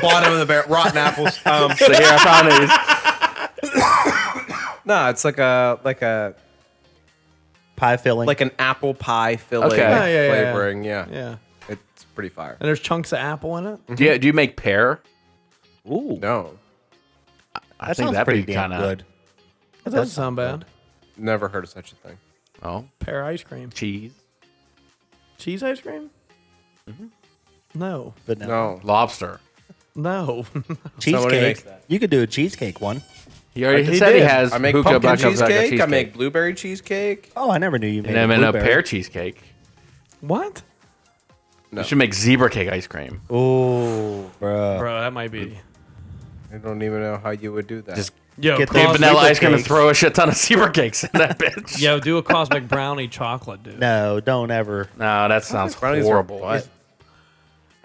C: bottom of the barrel, rotten apples. Um,
B: So here I found these.
C: no, it's like a like a
D: Pie filling.
C: like an apple pie filling
B: Okay. Yeah,
A: yeah, yeah, yeah.
C: flavoring. Yeah.
A: yeah.
C: it's pretty fire.
A: And there's chunks of apple in it?
E: Mm-hmm.
B: Do you, do you make pear?
D: ooh,
C: No,
B: I
D: that
B: think
D: sounds
B: that'd
D: pretty
B: be
D: damn
B: kinda-
D: good.
A: That doesn't sound bad.
C: never heard of such a thing.
B: Oh,
A: Pear ice cream.
B: cheese,
A: Cheese ice cream? No.
D: Vanilla.
C: No,
B: lobster.
A: No.
C: Somebody makes
D: Cheesecake.
C: that.
D: You could do a cheesecake one.
B: He already
C: He
B: said he
C: did.
B: has.
C: I make
B: hookah
C: pumpkin
B: buck up like a
C: cheesecake, I
B: cheesecake.
C: make blueberry cheesecake.
D: Oh, I never knew you made
B: And then a
D: blueberry.
B: pear cheesecake.
A: what?
B: You should make zebra cake ice cream.
D: Ooh, bro.
A: Bro, that might be.
C: I don't even know how you would do that.
B: Just
A: Yo,
D: Get the
B: get
D: Cosmic
B: vanilla ice cream and
D: cakes.
B: throw a shit ton of zebra cakes in that bitch.
A: Yo, do a cosmic brownie chocolate, dude.
D: No, don't ever.
B: No, that sounds
C: brownies are
B: horrible.
C: butt.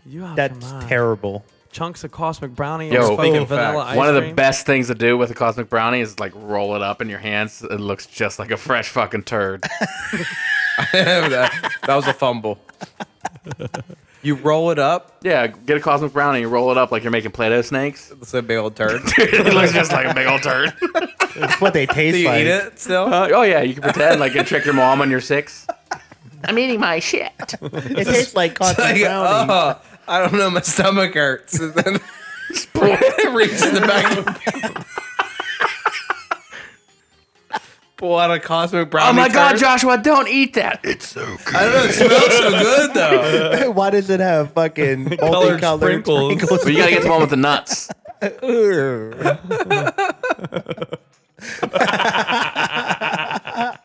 A: You out
D: That's
A: your mind.
D: terrible.
A: Chunks of cosmic brownie
B: Yo,
A: and
B: Speaking
A: fucking
C: of
A: vanilla
C: facts,
A: ice
B: One of the
A: cream?
B: best things to do with a cosmic brownie is like roll it up in your hands. It looks just like a fresh fucking turd.
C: that, that was a fumble. you roll it up.
B: yeah, get a cosmic brownie and roll it up like you're making Play-Doh snakes.
C: It's a big old turd.
B: it looks just like a big old turd.
D: That's what they taste
C: Do you
D: like.
C: eat it still?
B: Uh, oh yeah, you can pretend like you trick your mom when you're six. I'm eating my shit.
D: It tastes like cotton
C: Like,
D: brownie.
C: oh, I don't know. My stomach hurts. And then it reaches the back. Pull out a cosmic brownie.
B: Oh my god,
C: turd.
B: Joshua, don't eat that. It's so
C: I don't know. It smells so good though.
D: Why does it have fucking
A: Colored
D: multicolored sprinkles?
A: sprinkles.
B: But you gotta get the one with the nuts.
D: Urgh.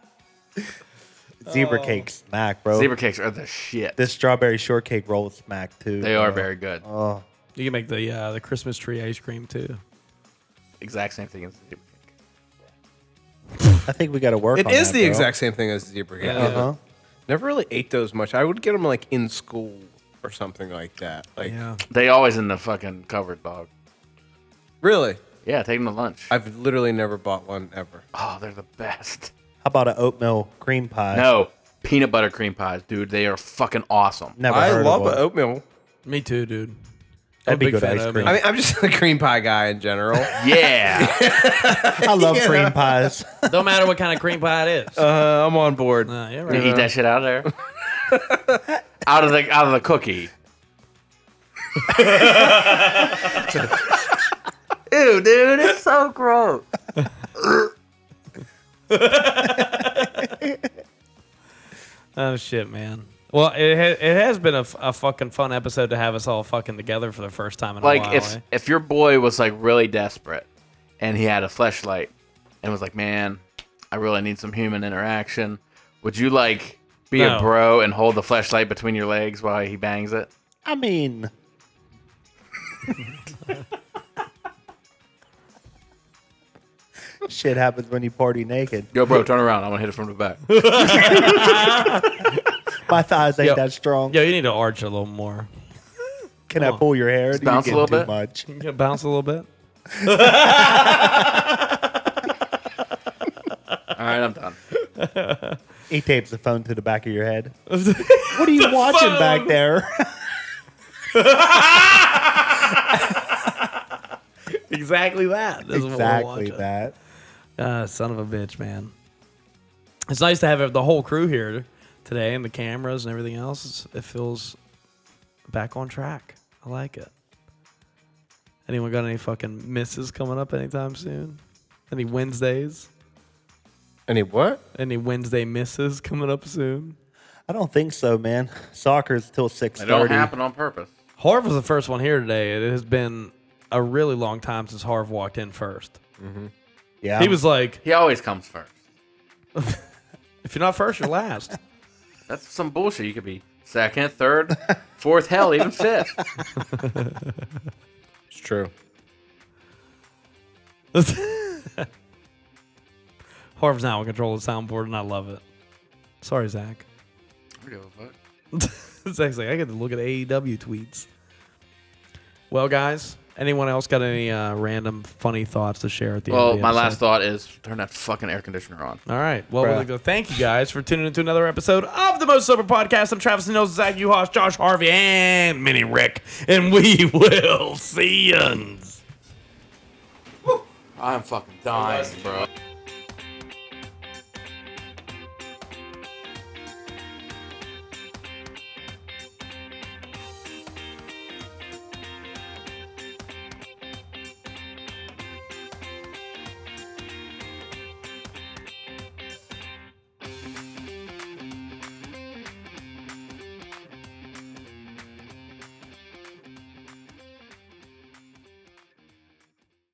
C: Oh.
D: Zebra cake smack, bro.
B: Zebra cakes are the shit.
D: This strawberry shortcake roll is smack too.
B: They are
D: bro.
B: very good.
C: Oh.
A: You can make the uh, the Christmas tree ice cream too.
B: Exact same thing as the zebra cake.
D: I think we got to work.
C: It
D: on
C: is
D: that,
C: the
D: bro. Uh-huh.
C: exact same thing as zebra. cake.
A: Yeah.
D: Huh?
C: Never really ate those much. I would get them like in school or something like that. Like
A: Yeah.
B: They always in the fucking cupboard, dog.
C: really,
B: Yeah, take them to lunch.
C: I've literally never bought one ever.
B: oh, they're the best.
D: How about an oatmeal cream pie?
B: No, peanut butter cream pies, dude. They are fucking awesome.
D: never.
C: I
D: heard
C: love
D: of
C: a
D: one.
C: oatmeal.
A: Me too, dude.
D: That'd
A: I'm a
D: be
A: big
D: good
A: fan
D: ice
A: of
D: cream.
A: it.
C: I mean, I'm just a cream pie guy in general.
B: Yeah.
D: I love cream pies.
A: Don't matter what kind of cream pie it is.
C: uh, I'm on board.
A: Uh, yeah,
B: You
A: right.
B: eat that shit out of there. out of the out of the cookie. Ew, dude, it's so gross.
A: Oh shit, man. Well, it, ha- it has been a, f- a fucking fun episode to have us all fucking together for the first time in a
B: Like
A: while.
B: if
A: eh?
B: if your boy was like really desperate, and he had a flashlight, and was like, "Man, I really need some human interaction," would you like be
A: No.
B: a bro and hold the flashlight between your legs while he bangs it?
D: I mean, shit happens when you party naked.
B: Yo, bro, turn around. I want to hit it from the back.
D: My thighs ain't
A: Yo.
D: that strong.
A: Yo, you need to arch a little more.
D: Can I pull your hair? Do you
B: bounce a
D: get
B: little
D: too
B: bit?
D: much?
A: You can bounce a little bit.
B: All right, I'm done.
D: He tapes the phone to the back of your head. what are you watching back there?
A: Exactly that. is what we're
D: exactly
A: watching.
D: that.
A: Ah, son of a bitch, man. It's nice to have the whole crew here today and the cameras and everything else. It's, it feels back on track. I like it. Anyone got any fucking misses coming up anytime soon? Any Wednesdays?
C: Any what?
A: Any Wednesday misses coming up soon?
D: I don't think so, man. Soccer's till six
B: It don't
D: thirty.
B: happen on purpose.
A: Harv was the first one here today. It has been a really long time since Harv walked in first.
D: Yeah,
A: He was like,
B: Um, He always comes first.
A: if you're not first, you're last.
B: That's some bullshit. You could be second, third, fourth, hell, even fifth.
C: It's true.
A: Harv's now in control of the soundboard, and I love it. Sorry, Zach. Zach's like, I get to look at AEW tweets. Well, guys, anyone else got any uh, random funny thoughts to share at the end?
B: Well,
A: of the
B: my last
A: episode?
B: thought is turn that fucking air conditioner on.
A: All right. Well, we'd like to thank you guys for tuning into another episode of the Most Sober Podcast. I'm Travis Nils, Zach Uhas, Josh Harvey, and Mini Rick, and we will see you.
B: I'm fucking dying, bro.